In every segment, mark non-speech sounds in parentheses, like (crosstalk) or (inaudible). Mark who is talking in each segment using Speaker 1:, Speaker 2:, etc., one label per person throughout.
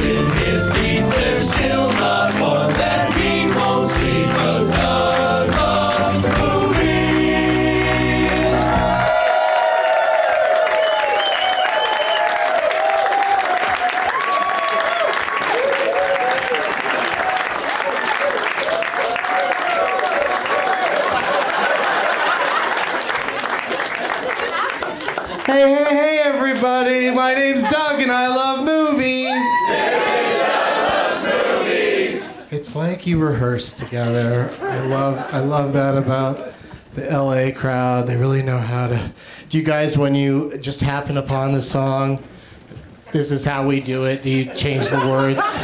Speaker 1: in his teeth. There's still not one that he won't see, 'cause Doug loves movies.
Speaker 2: Hey, hey, hey, everybody. My name's Doug and I love movies. It's like you rehearse together. I love I love that about the LA crowd. They really know how to Do you guys when you just happen upon the song, this is how we do it, do you change the words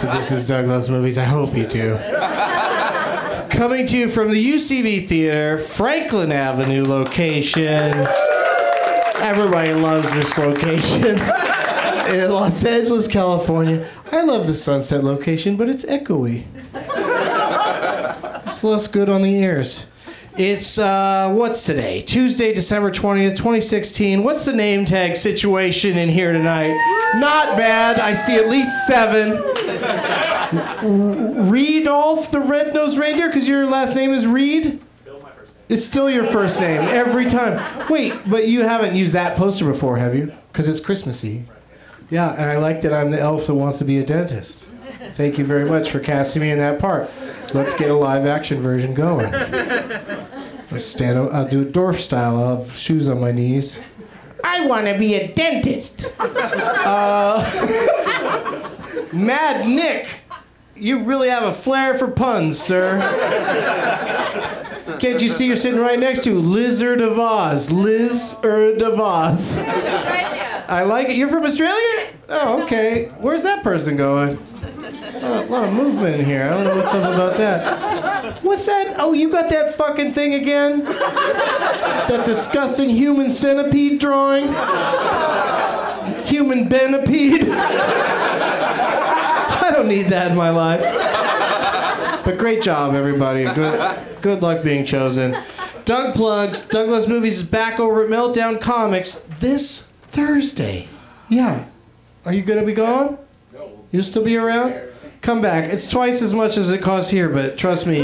Speaker 2: to this is Doug loves movies? I hope you do. Coming to you from the UCB Theater, Franklin Avenue location. Everybody loves this location in Los Angeles, California. I love the sunset location, but it's echoey. It's less good on the ears. It's uh, what's today? Tuesday, December 20th, 2016. What's the name tag situation in here tonight? Not bad. I see at least seven. Reedolf the red-nosed reindeer, because your last name is Reed? It's still your first name every time. Wait, but you haven't used that poster before, have you? Because it's Christmassy. Yeah, and I like that I'm the elf that wants to be a dentist. Thank you very much for casting me in that part. Let's get a live action version going. I'll stand up, I'll do a dwarf style. I'll have shoes on my knees. I want to be a dentist. Uh, (laughs) Mad Nick, you really have a flair for puns, sir. Can't you see you're sitting right next to Lizard of Oz? Liz of Oz. I like it. You're from Australia? Oh, okay. Where's that person going? Oh, A lot of movement in here. I don't know what's up about that. What's that? Oh, you got that fucking thing again? That disgusting human centipede drawing? Human benipede? I don't need that in my life. But great job, everybody. Good, good luck being chosen. Doug plugs Douglas Movies is back over at Meltdown Comics this Thursday. Yeah. Are you gonna be gone? You'll still be around? Come back. It's twice as much as it costs here, but trust me,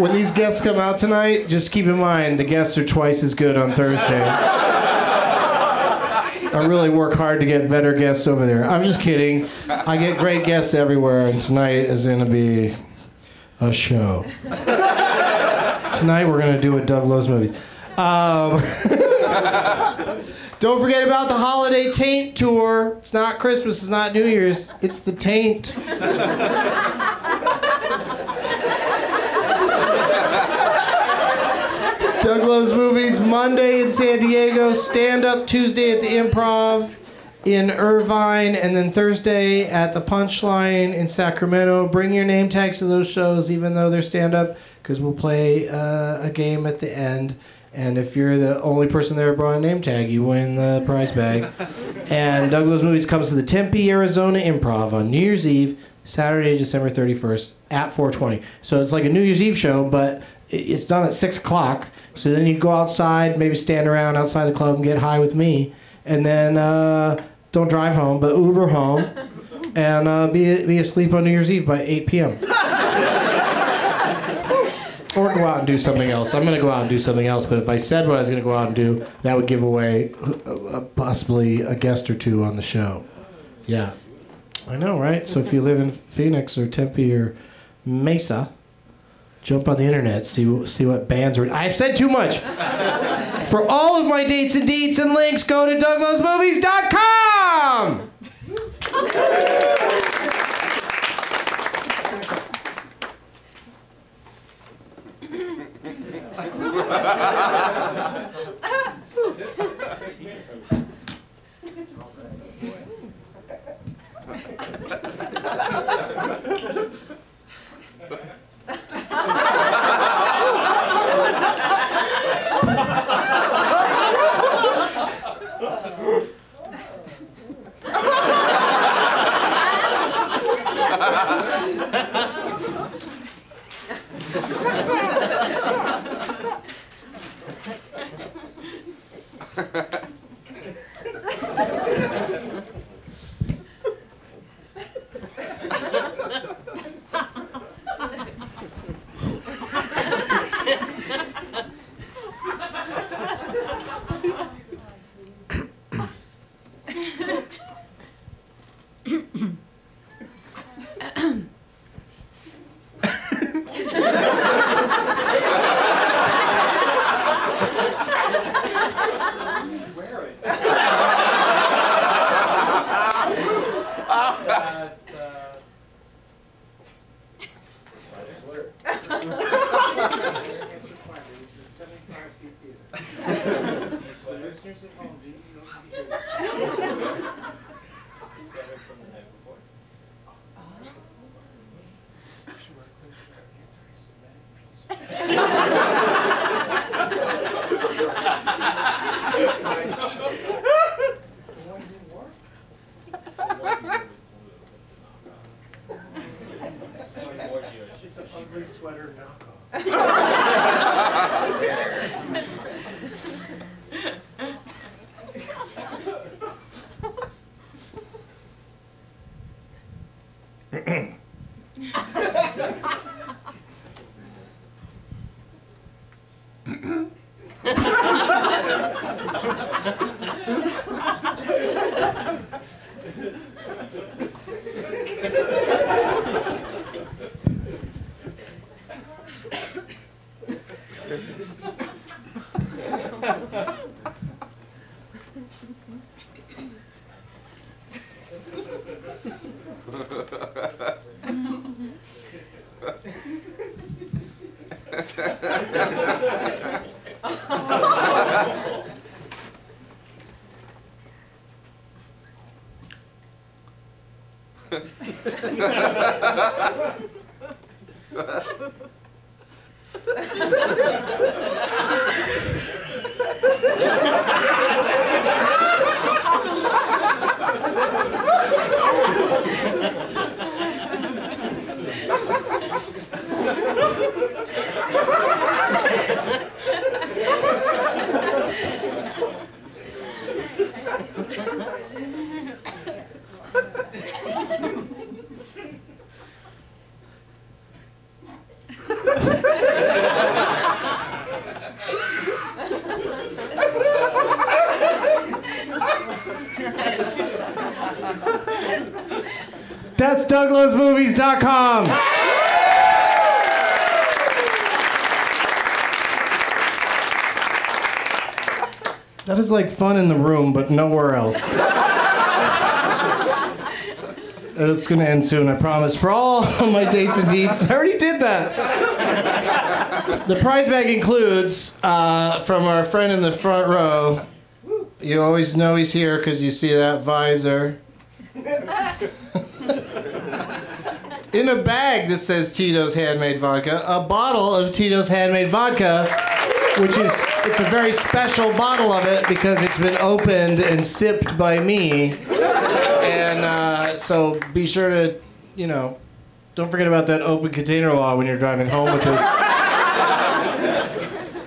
Speaker 2: when these guests come out tonight, just keep in mind the guests are twice as good on Thursday. I really work hard to get better guests over there. I'm just kidding. I get great guests everywhere, and tonight is going to be a show. tonight we're going to do a Doug Loves Movies. Um, (laughs) don't forget about the holiday taint tour. It's not Christmas, it's not New Year's, it's the taint. Doug Loves Movies, Monday in San Diego, stand up Tuesday at the improv in Irvine, and then Thursday at the Punchline in Sacramento. Bring your name tags to those shows, even though they're stand up, because we'll play uh, a game at the end. And if you're the only person there who brought a name tag, you win the prize bag. and Douglas Movies comes to the Tempe, Arizona Improv on New Year's Eve, Saturday, December 31st at 4:20. So it's like a New Year's Eve show, but i- it's done at six o'clock. So then you go outside, maybe stand around outside the club and get high with me, and then uh, don't drive home, but Uber home, and uh, be be asleep on New Year's Eve by 8 p.m. Or go out and do something else. I'm going to go out and do something else, but if I said what I was going to go out and do, that would give away uh, uh, possibly a guest or two on the show. Yeah. I know, right? So if you live in Phoenix or Tempe or Mesa, jump on the internet, see, wh- see what bands are. I've said too much. For all of my dates and deets and links, go to douglasmovies.com! (laughs) That's DouglasMovies.com. That is like fun in the room, but nowhere else. And it's gonna end soon, I promise. For all my dates and deeds, I already did that. The prize bag includes uh, from our friend in the front row. You always know he's here because you see that visor. in a bag that says Tito's handmade vodka, a bottle of Tito's handmade vodka, which is it's a very special bottle of it because it's been opened and sipped by me, and uh, so be sure to, you know, don't forget about that open container law when you're driving home with this. (laughs)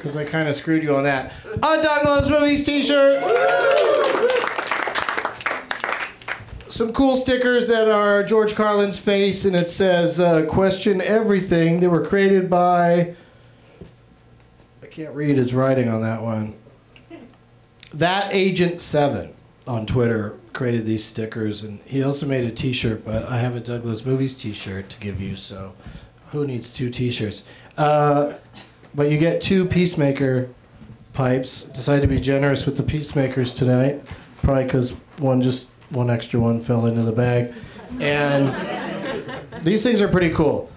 Speaker 2: Because I kind of screwed you on that. A Doug Loves Movies t-shirt. some cool stickers that are George Carlin's face, and it says uh, "Question Everything." They were created by. I can't read his writing on that one. That Agent Seven on Twitter created these stickers, and he also made a T-shirt. But I have a Douglas Movies T-shirt to give you, so who needs two T-shirts? Uh, but you get two Peacemaker pipes. Decided to be generous with the Peacemakers tonight, probably because one just one extra one fell into the bag, and these things are pretty cool.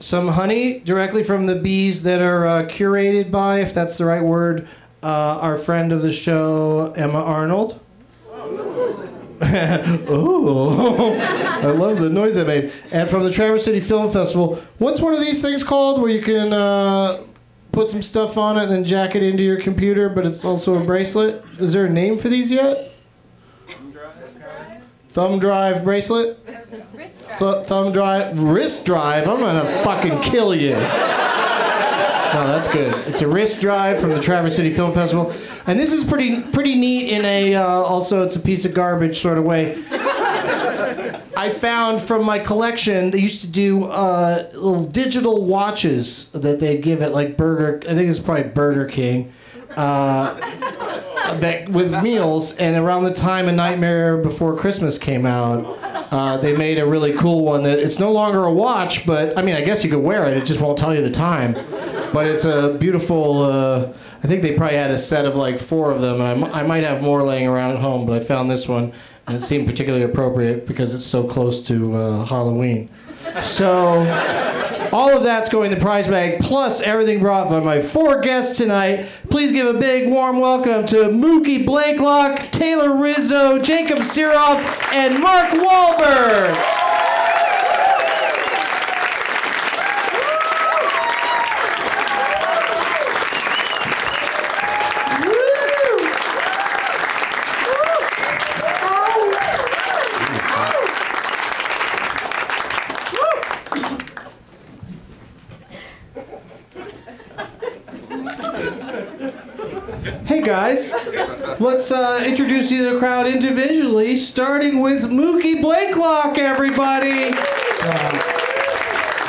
Speaker 2: Some honey directly from the bees that are uh, curated by, if that's the right word, uh, our friend of the show Emma Arnold. (laughs) Ooh, (laughs) I love the noise I made. And from the Traverse City Film Festival, what's one of these things called where you can uh, put some stuff on it and then jack it into your computer, but it's also a bracelet? Is there a name for these yet? Thumb drive bracelet? Th- thumb drive, wrist drive. I'm gonna fucking kill you. No, that's good. It's a wrist drive from the Traverse City Film Festival, and this is pretty pretty neat in a uh, also it's a piece of garbage sort of way. I found from my collection they used to do uh, little digital watches that they give at like Burger. I think it's probably Burger King. Uh, that with meals and around the time a nightmare before christmas came out uh, they made a really cool one that it's no longer a watch but i mean i guess you could wear it it just won't tell you the time but it's a beautiful uh, i think they probably had a set of like four of them and I m- I might have more laying around at home but i found this one and it seemed particularly appropriate because it's so close to uh, halloween so all of that's going to prize bag plus everything brought by my four guests tonight please give a big warm welcome to mookie blakelock taylor rizzo jacob siroff and mark Wahlberg. Hey guys, let's uh, introduce you to the crowd individually, starting with Mookie Blakelock, everybody. Uh,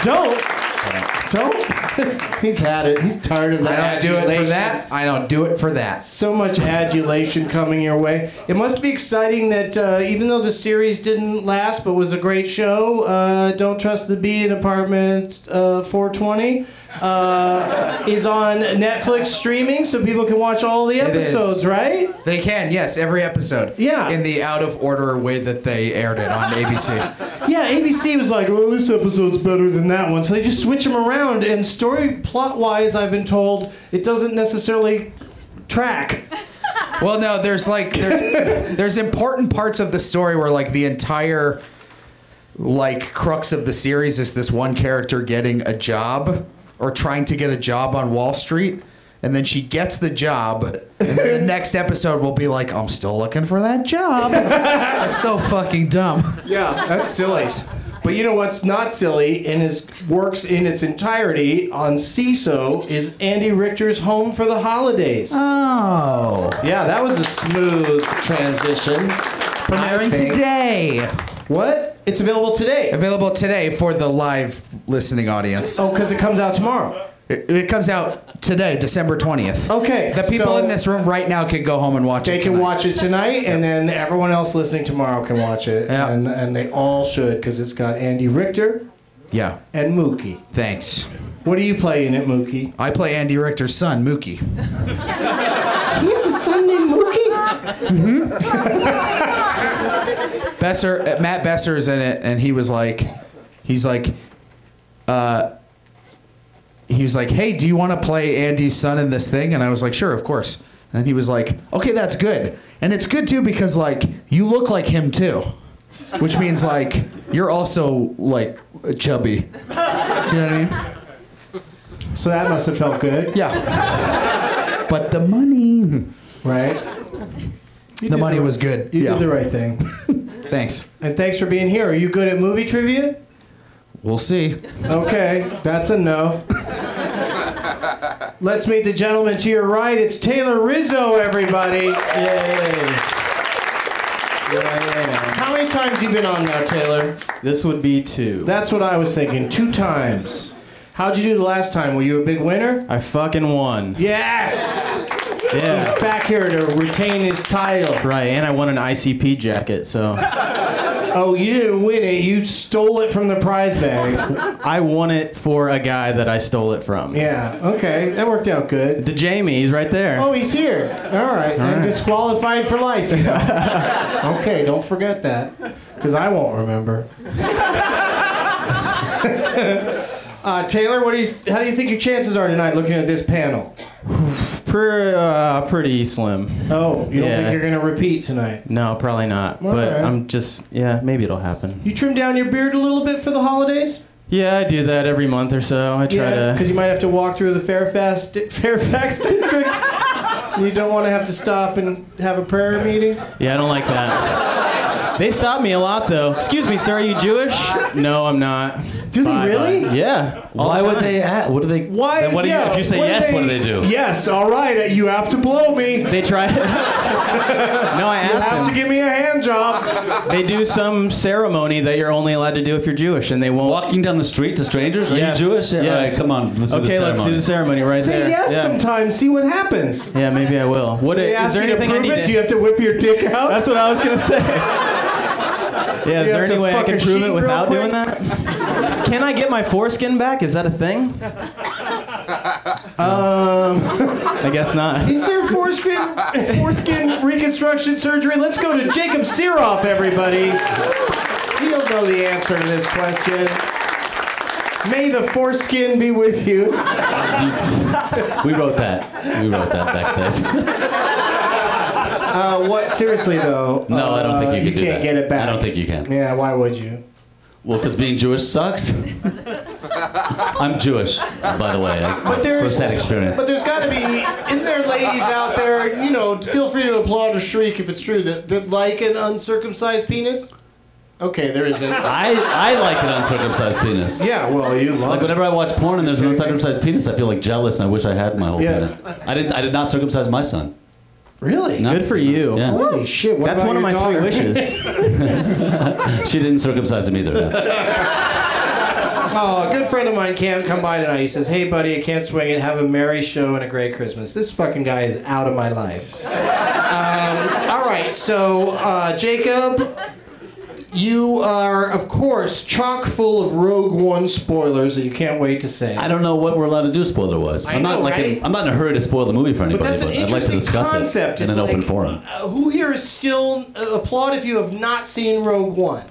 Speaker 2: don't, don't. (laughs) He's had it. He's tired of
Speaker 3: I don't
Speaker 2: that.
Speaker 3: do it for
Speaker 2: adulation.
Speaker 3: that. I don't do it for that.
Speaker 2: So much adulation coming your way. It must be exciting that uh, even though the series didn't last but was a great show, uh, Don't Trust the Bee in Apartment uh, 420 uh, is on Netflix streaming so people can watch all the
Speaker 3: is.
Speaker 2: episodes, right?
Speaker 3: They can, yes, every episode.
Speaker 2: Yeah.
Speaker 3: In the out of order way that they aired it on ABC.
Speaker 2: Yeah, ABC was like, well, this episode's better than that one. So they just switch them around, and story plot wise, I've been told it doesn't necessarily track.
Speaker 3: Well, no, there's like there's there's important parts of the story where like the entire like crux of the series is this one character getting a job or trying to get a job on Wall Street. And then she gets the job, and then the next episode will be like, "I'm still looking for that job." That's so fucking dumb.
Speaker 2: Yeah, that's silly. But you know what's not silly and is works in its entirety on CISO is Andy Richter's Home for the Holidays.
Speaker 3: Oh,
Speaker 2: yeah, that was a smooth transition.
Speaker 3: premiering
Speaker 2: think-
Speaker 3: today,
Speaker 2: What? It's available today.
Speaker 3: available today for the live listening audience.
Speaker 2: Oh, because it comes out tomorrow.
Speaker 3: It, it comes out today, December twentieth.
Speaker 2: Okay,
Speaker 3: The people
Speaker 2: so-
Speaker 3: in this room right now can go home and watch
Speaker 2: They
Speaker 3: it.
Speaker 2: can
Speaker 3: tonight.
Speaker 2: watch it tonight, and then everyone else listening tomorrow can watch it.
Speaker 3: Yeah.
Speaker 2: And, and they all should, because it's got Andy Richter
Speaker 3: Yeah.
Speaker 2: and Mookie.
Speaker 3: Thanks.
Speaker 2: What do you play in it, Mookie?
Speaker 3: I play Andy Richter's son, Mookie.
Speaker 2: He has a son named Mookie?
Speaker 3: Besser, uh, Matt Besser is in it, and he was like, he's like, uh, he was like, hey, do you want to play Andy's son in this thing? And I was like, sure, of course. And he was like, okay, that's good, and it's good too because like you look like him too, which means like you're also like chubby. Do you know what I mean?
Speaker 2: So that must have felt good,
Speaker 3: Yeah. But the money,
Speaker 2: right? You
Speaker 3: the
Speaker 2: did
Speaker 3: money
Speaker 2: the-
Speaker 3: was good.
Speaker 2: You
Speaker 3: yeah.
Speaker 2: did the right thing.
Speaker 3: Thanks.
Speaker 2: And thanks for being here. Are you good at movie trivia?
Speaker 3: We'll see.
Speaker 2: Okay, that's a no. Let's meet the gentleman to your right. It's Taylor Rizzo, everybody. Yay. How many times you been on now, Taylor?
Speaker 4: This would be two.
Speaker 2: That's what I was thinking. Two times. How'd you do the last time? Were you a big winner?
Speaker 4: I fucking won.
Speaker 2: Yes!
Speaker 4: Yeah.
Speaker 2: Back here to retain his title.
Speaker 4: Right, and I won an ICP jacket, so
Speaker 2: Oh, you didn't win it. You stole it from the prize bag.
Speaker 4: I won it for a guy that I stole it from.
Speaker 2: Yeah, okay. That worked out good.
Speaker 4: To Jamie, he's right there.
Speaker 2: Oh, he's here. All right. I'm disqualified for life. you (laughs) know. okay, don't forget that, because I won't remember. (laughs) uh, Taylor, what do you? How do you think your chances are tonight? Looking at this panel.
Speaker 4: Pre- uh, pretty slim.
Speaker 2: Oh, you don't
Speaker 4: Yeah.
Speaker 2: think you're gonna repeat tonight?
Speaker 4: No, probably not. But
Speaker 2: Alright.
Speaker 4: I'm just, yeah, maybe it'll happen.
Speaker 2: You trim down your beard a little bit for the holidays.
Speaker 4: Yeah, I do that every month or so. I try
Speaker 2: Yeah, because you
Speaker 4: to.
Speaker 2: might have to walk through the Fairfax
Speaker 4: (laughs)
Speaker 2: Fairfax district. you don't want to have to stop and have a prayer meeting.
Speaker 4: Yeah, I don't like that. They stop me a lot though. Excuse me, sir, are you Jewish? No, I'm not.
Speaker 2: Do they
Speaker 4: Bye,
Speaker 2: really?
Speaker 4: bye. Yeah. all
Speaker 5: Why
Speaker 4: the
Speaker 5: would
Speaker 4: time.
Speaker 5: they ask? What do they?
Speaker 2: Why?
Speaker 5: Then what do you,
Speaker 2: yeah,
Speaker 5: if you say yes, what do they do?
Speaker 2: Yes, all right, uh, you have to blow me.
Speaker 4: They
Speaker 2: (laughs)
Speaker 4: try. no, I asked them.
Speaker 2: have to give me a
Speaker 5: (laughs)
Speaker 2: hand job.
Speaker 4: They do some ceremony that you're only allowed to do if you're Jewish, and they won't.
Speaker 5: Walking down the street to strangers? Are
Speaker 4: Yes,
Speaker 5: you Jewish?
Speaker 4: yes.
Speaker 5: All right, come on. Let's
Speaker 4: okay,
Speaker 5: do the
Speaker 4: let's do the ceremony right
Speaker 2: Say
Speaker 4: there.
Speaker 2: yes
Speaker 4: yeah.
Speaker 2: sometimes, see what
Speaker 5: Hmm.
Speaker 2: happens.
Speaker 4: yeah, maybe I will. What
Speaker 2: They
Speaker 4: is
Speaker 2: ask
Speaker 4: there
Speaker 2: you to
Speaker 4: anything I
Speaker 2: prove
Speaker 4: need
Speaker 2: it.
Speaker 4: to-
Speaker 2: Do you have to whip
Speaker 5: (laughs)
Speaker 2: your dick out?
Speaker 4: That's what I was gonna say. yeah, is
Speaker 2: have
Speaker 4: there any
Speaker 2: to
Speaker 4: way I
Speaker 2: fuck
Speaker 4: can
Speaker 2: a
Speaker 4: prove
Speaker 2: sheep
Speaker 4: it
Speaker 2: real
Speaker 4: without
Speaker 2: quick?
Speaker 4: doing that? Can I get my foreskin back? Is that a thing?
Speaker 2: um,
Speaker 4: I guess not.
Speaker 2: is there foreskin foreskin reconstruction surgery? Let's go to Jacob Siroff, everybody. He'll know the answer to this question. May the foreskin be with you.
Speaker 5: We wrote that. We wrote that backstage.
Speaker 2: Uh, what? Seriously though?
Speaker 5: No, I don't think
Speaker 2: uh,
Speaker 5: you can do that.
Speaker 2: can't get it back.
Speaker 5: I don't think you can.
Speaker 2: Yeah, why would you?
Speaker 5: Well, because being Jewish sucks. I'm Jewish, by the way. But
Speaker 2: there's-
Speaker 5: first-hand experience.
Speaker 2: But there's got to be, isn't there ladies out there, you know, feel free to applaud or shriek if it's true, that, that like an uncircumcised penis? Okay, there
Speaker 5: (laughs)
Speaker 2: isn't.
Speaker 5: I, I like an uncircumcised penis.
Speaker 2: Yeah, well, you
Speaker 5: Like
Speaker 2: love it.
Speaker 5: whenever I watch porn and there's an uncircumcised penis, I feel like jealous and I wish I had my whole
Speaker 2: Yeah.
Speaker 5: penis. I didn't. I did not circumcise my son.
Speaker 2: Really?
Speaker 5: No.
Speaker 4: Good for you.
Speaker 5: Yeah.
Speaker 2: Holy shit, what
Speaker 4: That's
Speaker 2: about
Speaker 4: one
Speaker 2: your
Speaker 4: of my
Speaker 2: daughter? (laughs)
Speaker 4: three wishes.
Speaker 5: She didn't circumcise him either. no.
Speaker 2: Oh, a good friend of mine, Cam, come by tonight. He says, hey, buddy, I can't swing it. Have a merry show and a great Christmas. This fucking guy is out of my life. Um, all right, so, uh, Jacob, you are, of course, chock full of Rogue One spoilers that you can't wait to say.
Speaker 5: I don't know what we're allowed to do spoiler wise.
Speaker 2: I
Speaker 5: I'm not
Speaker 2: know,
Speaker 5: like
Speaker 2: right?
Speaker 5: in, I'm not in a hurry to spoil the movie for anybody,
Speaker 2: But
Speaker 5: but,
Speaker 2: that's an
Speaker 5: I'd like to
Speaker 2: interesting
Speaker 5: discuss
Speaker 2: concept.
Speaker 5: it in
Speaker 2: It's
Speaker 5: an open
Speaker 2: like,
Speaker 5: forum.
Speaker 2: uh, who here is still uh, applaud if you have not seen Rogue One?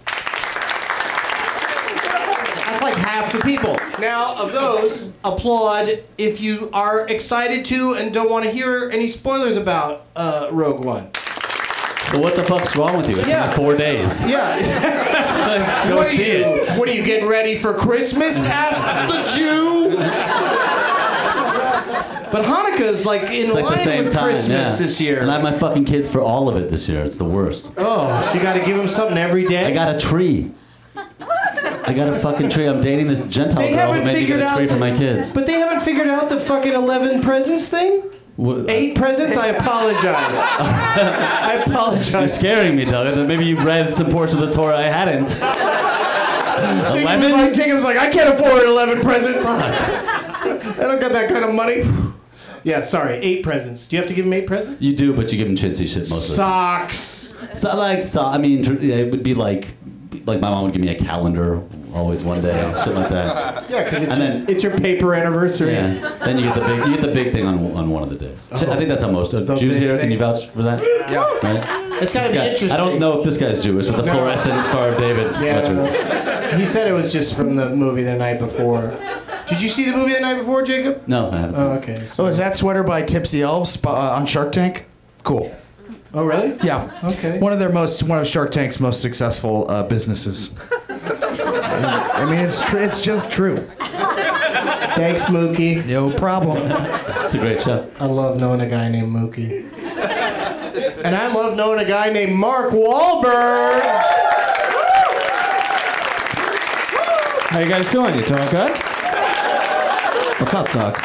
Speaker 2: That's like half the people. Now, of those, applaud if you are excited to and don't want to hear any spoilers about uh, Rogue One.
Speaker 5: So what the fuck's wrong with you? It's
Speaker 2: Yeah.
Speaker 5: been four days.
Speaker 2: Yeah.
Speaker 5: Go
Speaker 2: (laughs) what, are
Speaker 5: see
Speaker 2: you,
Speaker 5: it.
Speaker 2: what are you getting ready for Christmas? Asked the Jew. But Hanukkah is like in
Speaker 5: It's
Speaker 2: line
Speaker 5: like the same
Speaker 2: with
Speaker 5: time.
Speaker 2: Christmas
Speaker 5: yeah.
Speaker 2: this year.
Speaker 5: And I had my fucking kids for all of it this year. It's the worst.
Speaker 2: oh, so you got to give him something every day.
Speaker 5: I got a tree. I got a fucking tree. I'm dating this Gentile
Speaker 2: They
Speaker 5: girl who
Speaker 2: haven't
Speaker 5: made me
Speaker 2: figured
Speaker 5: get a
Speaker 2: out
Speaker 5: tree for
Speaker 2: the-
Speaker 5: my kids.
Speaker 2: But they haven't figured out the fucking 11 presents thing?
Speaker 5: What- uh,
Speaker 2: Eight presents?
Speaker 5: (laughs)
Speaker 2: I apologize. I
Speaker 5: You're
Speaker 2: apologize.
Speaker 5: scaring me, Doug. I thought Maybe you read some portion of the Torah I hadn't.
Speaker 2: Jacob's
Speaker 5: Eleven?
Speaker 2: like, Jacob's like, I can't afford 11 presents. I (laughs) don't got that kind of money. Yeah, sorry, eight presents. Do you have to give him eight presents?
Speaker 5: You do, but you give them chintzy shit mostly.
Speaker 2: Socks.
Speaker 5: So like, so I mean, tr- yeah, it would be like, like my mom would give me a calendar, always one day, shit like that.
Speaker 2: Yeah, because it's,
Speaker 5: And then-
Speaker 2: it's your paper anniversary.
Speaker 5: Yeah. (laughs) Then you get the big, you get the big thing on, on one of the days. I think that's how most of
Speaker 2: The
Speaker 5: Jews
Speaker 2: big
Speaker 5: here. Can
Speaker 2: thing.
Speaker 5: you vouch for that?
Speaker 3: Yeah.
Speaker 2: (laughs)
Speaker 5: Right?
Speaker 2: It's got
Speaker 5: This
Speaker 2: to be
Speaker 5: guy-
Speaker 2: interesting.
Speaker 5: I don't know if this guy's Jewish with the
Speaker 2: No.
Speaker 5: fluorescent Star of David sweater.
Speaker 2: Yeah. He said it was just from the movie the night before. Did you see the movie the night before, Jacob?
Speaker 5: No, I haven't.
Speaker 2: Oh, okay. so-
Speaker 3: Oh, is that sweater by Tipsy Elves bu- uh, on Shark Tank? Cool.
Speaker 2: oh, really?
Speaker 3: Yeah.
Speaker 2: Okay.
Speaker 3: One of their most, one of Shark Tank's most successful uh, businesses. I mean, it's tr- it's just true.
Speaker 2: Thanks, Mookie.
Speaker 3: No problem.
Speaker 5: It's a great show.
Speaker 2: I love knowing a guy named Mookie. and I love knowing a guy named Mark Wahlberg.
Speaker 4: How you guys doing? You doing good?
Speaker 6: What's up, Doc?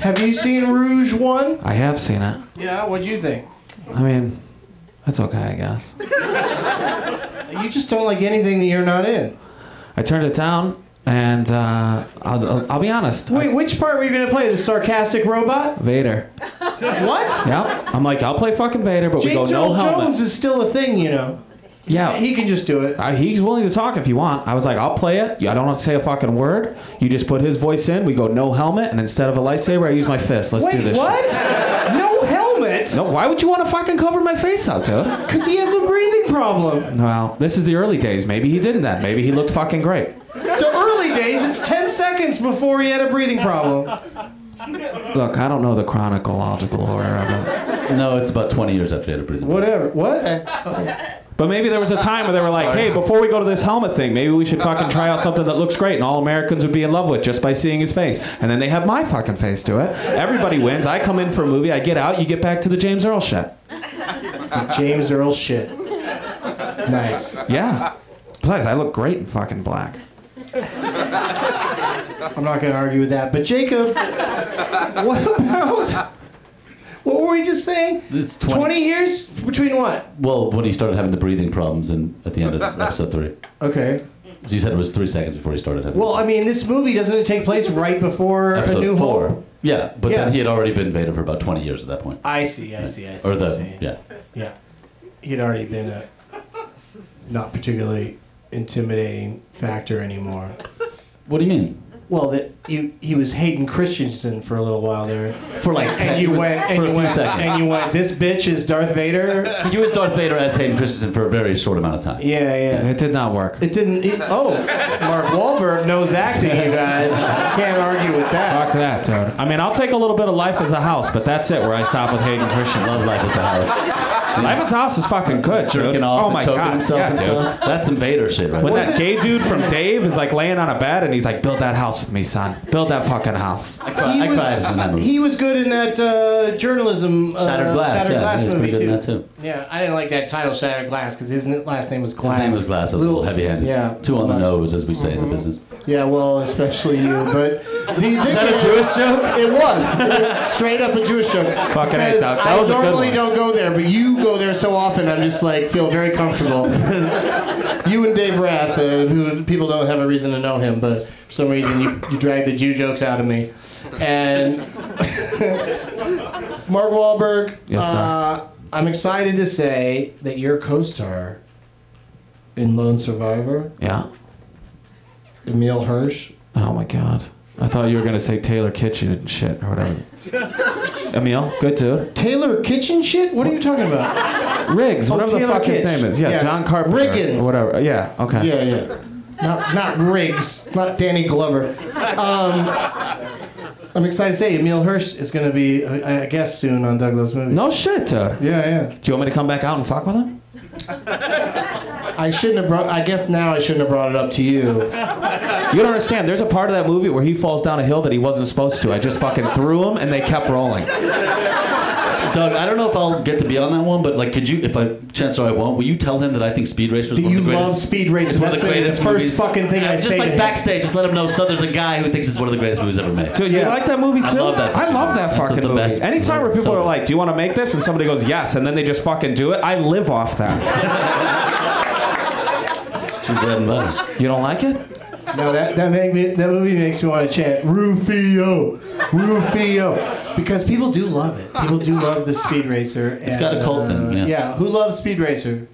Speaker 2: Have you seen Rouge One?
Speaker 6: I have seen it.
Speaker 2: Yeah, what'd you think?
Speaker 6: I mean, that's okay, I guess.
Speaker 2: You just don't like anything that you're not in.
Speaker 6: I turned it down, and uh, I'll, I'll be honest.
Speaker 2: Wait, which part were you gonna play? The sarcastic robot?
Speaker 6: Vader.
Speaker 2: What?
Speaker 6: Yep. I'm like, I'll play fucking Vader, but we
Speaker 2: James
Speaker 6: go no
Speaker 2: Earl
Speaker 6: helmet.
Speaker 2: Jones is still a thing, you know.
Speaker 6: Yeah.
Speaker 2: He can just do it.
Speaker 6: Uh, he's willing to talk if you want. I was like, I'll play it. I don't have to say a fucking word. You just put his voice in. We go no helmet, and instead of a lightsaber, I use my fist. Let's do
Speaker 2: Wait,
Speaker 6: this.
Speaker 2: what?
Speaker 6: shit.
Speaker 2: No helmet?
Speaker 6: No, why would you want to fucking cover my face up, dude?
Speaker 2: Because he has a breathing problem.
Speaker 6: Well, this is the early days. Maybe he didn't then. Maybe he looked fucking great.
Speaker 2: The early days, it's 10 seconds before he had a breathing problem.
Speaker 6: Look, I don't know the chronological order of it.
Speaker 5: No, it's about 20 years after I had a breathing.
Speaker 2: Whatever. What?
Speaker 6: But maybe there was a time where they were like, hey, before we go to this helmet thing, maybe we should fucking try out something that looks great and all Americans would be in love with just by seeing his face. And then they have my fucking face to it. Everybody wins. I come in for a movie, I get out, you get back to the James Earl shit.
Speaker 2: James Earl shit. Nice.
Speaker 6: Yeah. Besides, I look great in fucking black.
Speaker 2: I'm not going to argue with that. But Jacob, what about what were we just saying?
Speaker 5: It's 20.
Speaker 2: 20 years between what?
Speaker 5: Well, when he started having the breathing problems, and at the
Speaker 2: (laughs)
Speaker 5: end of episode three,
Speaker 2: Okay.
Speaker 5: you said it was three seconds before he started having.
Speaker 2: Well, I mean, this movie doesn't it take place right before
Speaker 5: episode
Speaker 2: a new
Speaker 5: four.
Speaker 2: Hope?
Speaker 5: Yeah, but
Speaker 2: Yeah.
Speaker 5: then he had already been Vader for about 20 years at that point.
Speaker 2: I see. I see. I see.
Speaker 5: Or
Speaker 2: what you're
Speaker 5: the
Speaker 2: saying.
Speaker 5: yeah.
Speaker 2: Yeah. He'd already been a not particularly intimidating factor anymore.
Speaker 5: What do you mean?
Speaker 2: Well, that he, he was hating Christensen for a little while there.
Speaker 5: For like
Speaker 2: And you went and
Speaker 5: for a
Speaker 2: you
Speaker 5: few
Speaker 2: went
Speaker 5: seconds.
Speaker 2: and you went this bitch is Darth Vader?
Speaker 5: He was Darth Vader as Hayden Christensen for a very short amount of time.
Speaker 2: Yeah, yeah.
Speaker 6: It did not work.
Speaker 2: It didn't. It, oh, Mark Wahlberg knows acting, you guys. Can't argue with
Speaker 6: Fuck
Speaker 2: that.
Speaker 6: that, dude. I mean, I'll take a little bit of life as a house, but that's it. Where I stop with Hayden Christensen.
Speaker 5: Love life at the house.
Speaker 6: Life as a house is fucking good, dude.
Speaker 5: Jerking off
Speaker 6: oh
Speaker 5: and
Speaker 6: my
Speaker 5: choking
Speaker 6: god,
Speaker 5: himself
Speaker 6: yeah,
Speaker 5: and
Speaker 6: dude.
Speaker 5: stuff. That's some Vader shit right
Speaker 6: When
Speaker 5: there.
Speaker 6: that gay dude from Dave is like laying on a bed and he's like, "Build that house with me, son. Build that fucking house."
Speaker 5: I cried- I cried in that movie.
Speaker 2: he was good in that uh, journalism uh,
Speaker 5: Shattered Glass,
Speaker 2: Shattered
Speaker 5: yeah,
Speaker 2: Glass
Speaker 5: he was
Speaker 2: movie
Speaker 5: pretty good
Speaker 2: too.
Speaker 5: in that too.
Speaker 2: Yeah, I didn't like that title, Shattered Glass, because his n- last name was Glass.
Speaker 5: His name was Glass. That was a little heavy-handed.
Speaker 2: Yeah. Mm-hmm.
Speaker 5: Two on the nose, as we say in the business.
Speaker 2: Yeah, well, especially you. But the thing is
Speaker 6: that a Jewish joke?
Speaker 2: It was. It was straight up a Jewish joke.
Speaker 6: Fucking A,
Speaker 2: Because
Speaker 6: Doc. That
Speaker 2: I
Speaker 6: was a good
Speaker 2: normally
Speaker 6: one.
Speaker 2: don't go there, but you go there so often. I'm just like feel very
Speaker 6: (laughs)
Speaker 2: comfortable. you and Dave Rath, uh, who people don't have a reason to know him, but for some reason you, you drag the Jew jokes out of me. And (laughs) Mark Wahlberg,
Speaker 6: Yes, sir.
Speaker 2: uh, I'm excited to say that your co-star in Lone Survivor,
Speaker 6: Yeah.
Speaker 2: Emil Hirsch.
Speaker 6: Oh my god. I thought you were gonna say Taylor Kitchen and shit or (laughs) whatever. Emil, good dude.
Speaker 2: Taylor Kitchen shit? What are you talking about?
Speaker 6: Riggs, whatever the
Speaker 2: Oh, Taylor
Speaker 6: fuck his
Speaker 2: Kitsch.
Speaker 6: name is. Yeah,
Speaker 2: Yeah.
Speaker 6: John Carpenter.
Speaker 2: Riggins.
Speaker 6: Or whatever. Yeah. Okay.
Speaker 2: yeah, yeah. not not Riggs, not Danny Glover. Um, I'm excited to say Emil Hirsch is going to be, I I guess, soon on Douglas movie.
Speaker 6: No shit. Uh, do
Speaker 2: Yeah, yeah.
Speaker 6: you want me to come back out and fuck with him?
Speaker 2: I shouldn't have brought. I guess now I shouldn't have brought it up to you.
Speaker 6: You don't understand. There's a part of that movie where he falls down a hill that he wasn't supposed to. I just fucking threw him, and they kept rolling.
Speaker 5: Doug, I don't know if I'll get to be on that one, but like, could you, if I chances are I won't, will you tell him that I think Speed Racer is
Speaker 2: Do
Speaker 5: one
Speaker 2: you
Speaker 5: of the greatest?
Speaker 2: love Speed Racer?
Speaker 5: It's one of
Speaker 2: That's
Speaker 5: the
Speaker 2: like the
Speaker 5: greatest
Speaker 2: first
Speaker 5: movies.
Speaker 2: fucking thing
Speaker 5: Yeah,
Speaker 2: I,
Speaker 5: just
Speaker 2: say
Speaker 5: like
Speaker 2: to him.
Speaker 5: backstage, just let him know. So there's a guy who thinks it's one of the greatest movies ever made.
Speaker 6: Dude, you
Speaker 2: Yeah.
Speaker 6: like that movie too?
Speaker 5: I love that
Speaker 6: I love that
Speaker 5: That's
Speaker 6: fucking
Speaker 5: the
Speaker 6: movie.
Speaker 5: best.
Speaker 6: Anytime where people
Speaker 5: So
Speaker 6: are
Speaker 5: good.
Speaker 6: like, "Do you want to make this?" and somebody goes, "Yes," and then they just fucking do it, I live off that.
Speaker 5: It's your bread and butter.
Speaker 6: You don't like it?
Speaker 2: No, that that make me, that movie makes me want to chant Rufio, Rufio, because people do love it. People do love the Speed Racer. It's
Speaker 5: got a cult
Speaker 2: then.
Speaker 5: thing, yeah.
Speaker 2: Who loves Speed Racer?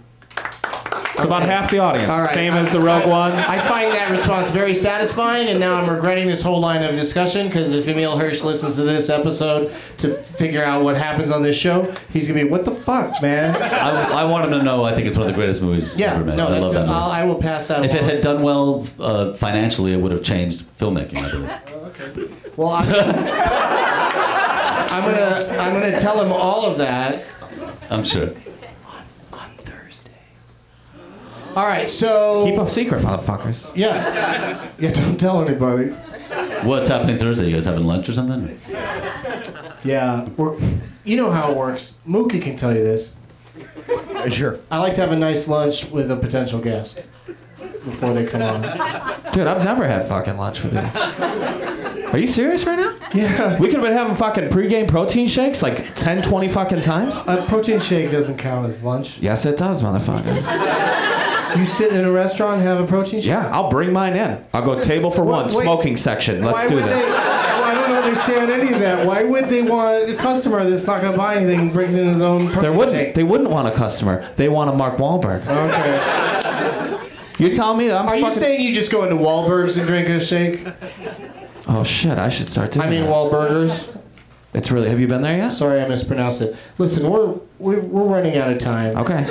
Speaker 6: It's about half the audience.
Speaker 2: All right.
Speaker 6: Same as the Rogue One.
Speaker 2: I find that response very satisfying, and now I'm regretting this whole line of discussion because if Emil Hirsch listens to this episode to figure out what happens on this show, he's gonna be, "What the fuck, man?"
Speaker 5: I, I want him to know. I think it's one of the greatest movies
Speaker 2: Yeah,
Speaker 5: ever made.
Speaker 2: no,
Speaker 5: I
Speaker 2: that's
Speaker 5: love that movie.
Speaker 2: I'll, I will pass that.
Speaker 5: if it
Speaker 2: along.
Speaker 5: had done well uh, financially, it would have changed filmmaking. I believe. (laughs)
Speaker 2: well, I'm, I'm gonna I'm gonna tell him all of that.
Speaker 5: I'm sure.
Speaker 2: All right, so
Speaker 6: Keep a secret, motherfuckers.
Speaker 2: yeah, yeah, don't tell anybody.
Speaker 5: What's happening Thursday? You guys having lunch or something?
Speaker 2: Yeah, we're, you know how it works. Mookie can tell you this.
Speaker 3: Sure.
Speaker 2: I like to have a nice lunch with a potential guest before they come on.
Speaker 6: Dude, I've never had fucking lunch with you.
Speaker 2: (laughs)
Speaker 6: Are you serious right now?
Speaker 2: Yeah.
Speaker 6: We could have been having fucking pregame protein shakes like 10, 20 fucking times.
Speaker 2: A protein shake doesn't count as lunch.
Speaker 6: Yes, it does, motherfucker.
Speaker 2: You sit in a restaurant and have a protein shake?
Speaker 6: Yeah, I'll bring mine in. I'll go table for one,
Speaker 2: wait.
Speaker 6: smoking section. Let's
Speaker 2: Why
Speaker 6: do
Speaker 2: would
Speaker 6: this.
Speaker 2: They, well, I don't understand any of that. Why would they want a customer that's not going to buy anything brings in his own protein
Speaker 6: There wouldn't.
Speaker 2: shake?
Speaker 6: They wouldn't want a customer. They want a Mark Wahlberg.
Speaker 2: okay.
Speaker 6: You're telling me that I'm
Speaker 2: Are you
Speaker 6: fucking.
Speaker 2: saying you just go into Wahlberg's and drink a shake?
Speaker 6: oh shit! I should start doing.
Speaker 2: I mean,
Speaker 6: that.
Speaker 2: Wahlburgers.
Speaker 6: it's really. Have you been there yet?
Speaker 2: Sorry, I mispronounced it. Listen, we're we're, we're running out of time.
Speaker 6: Okay.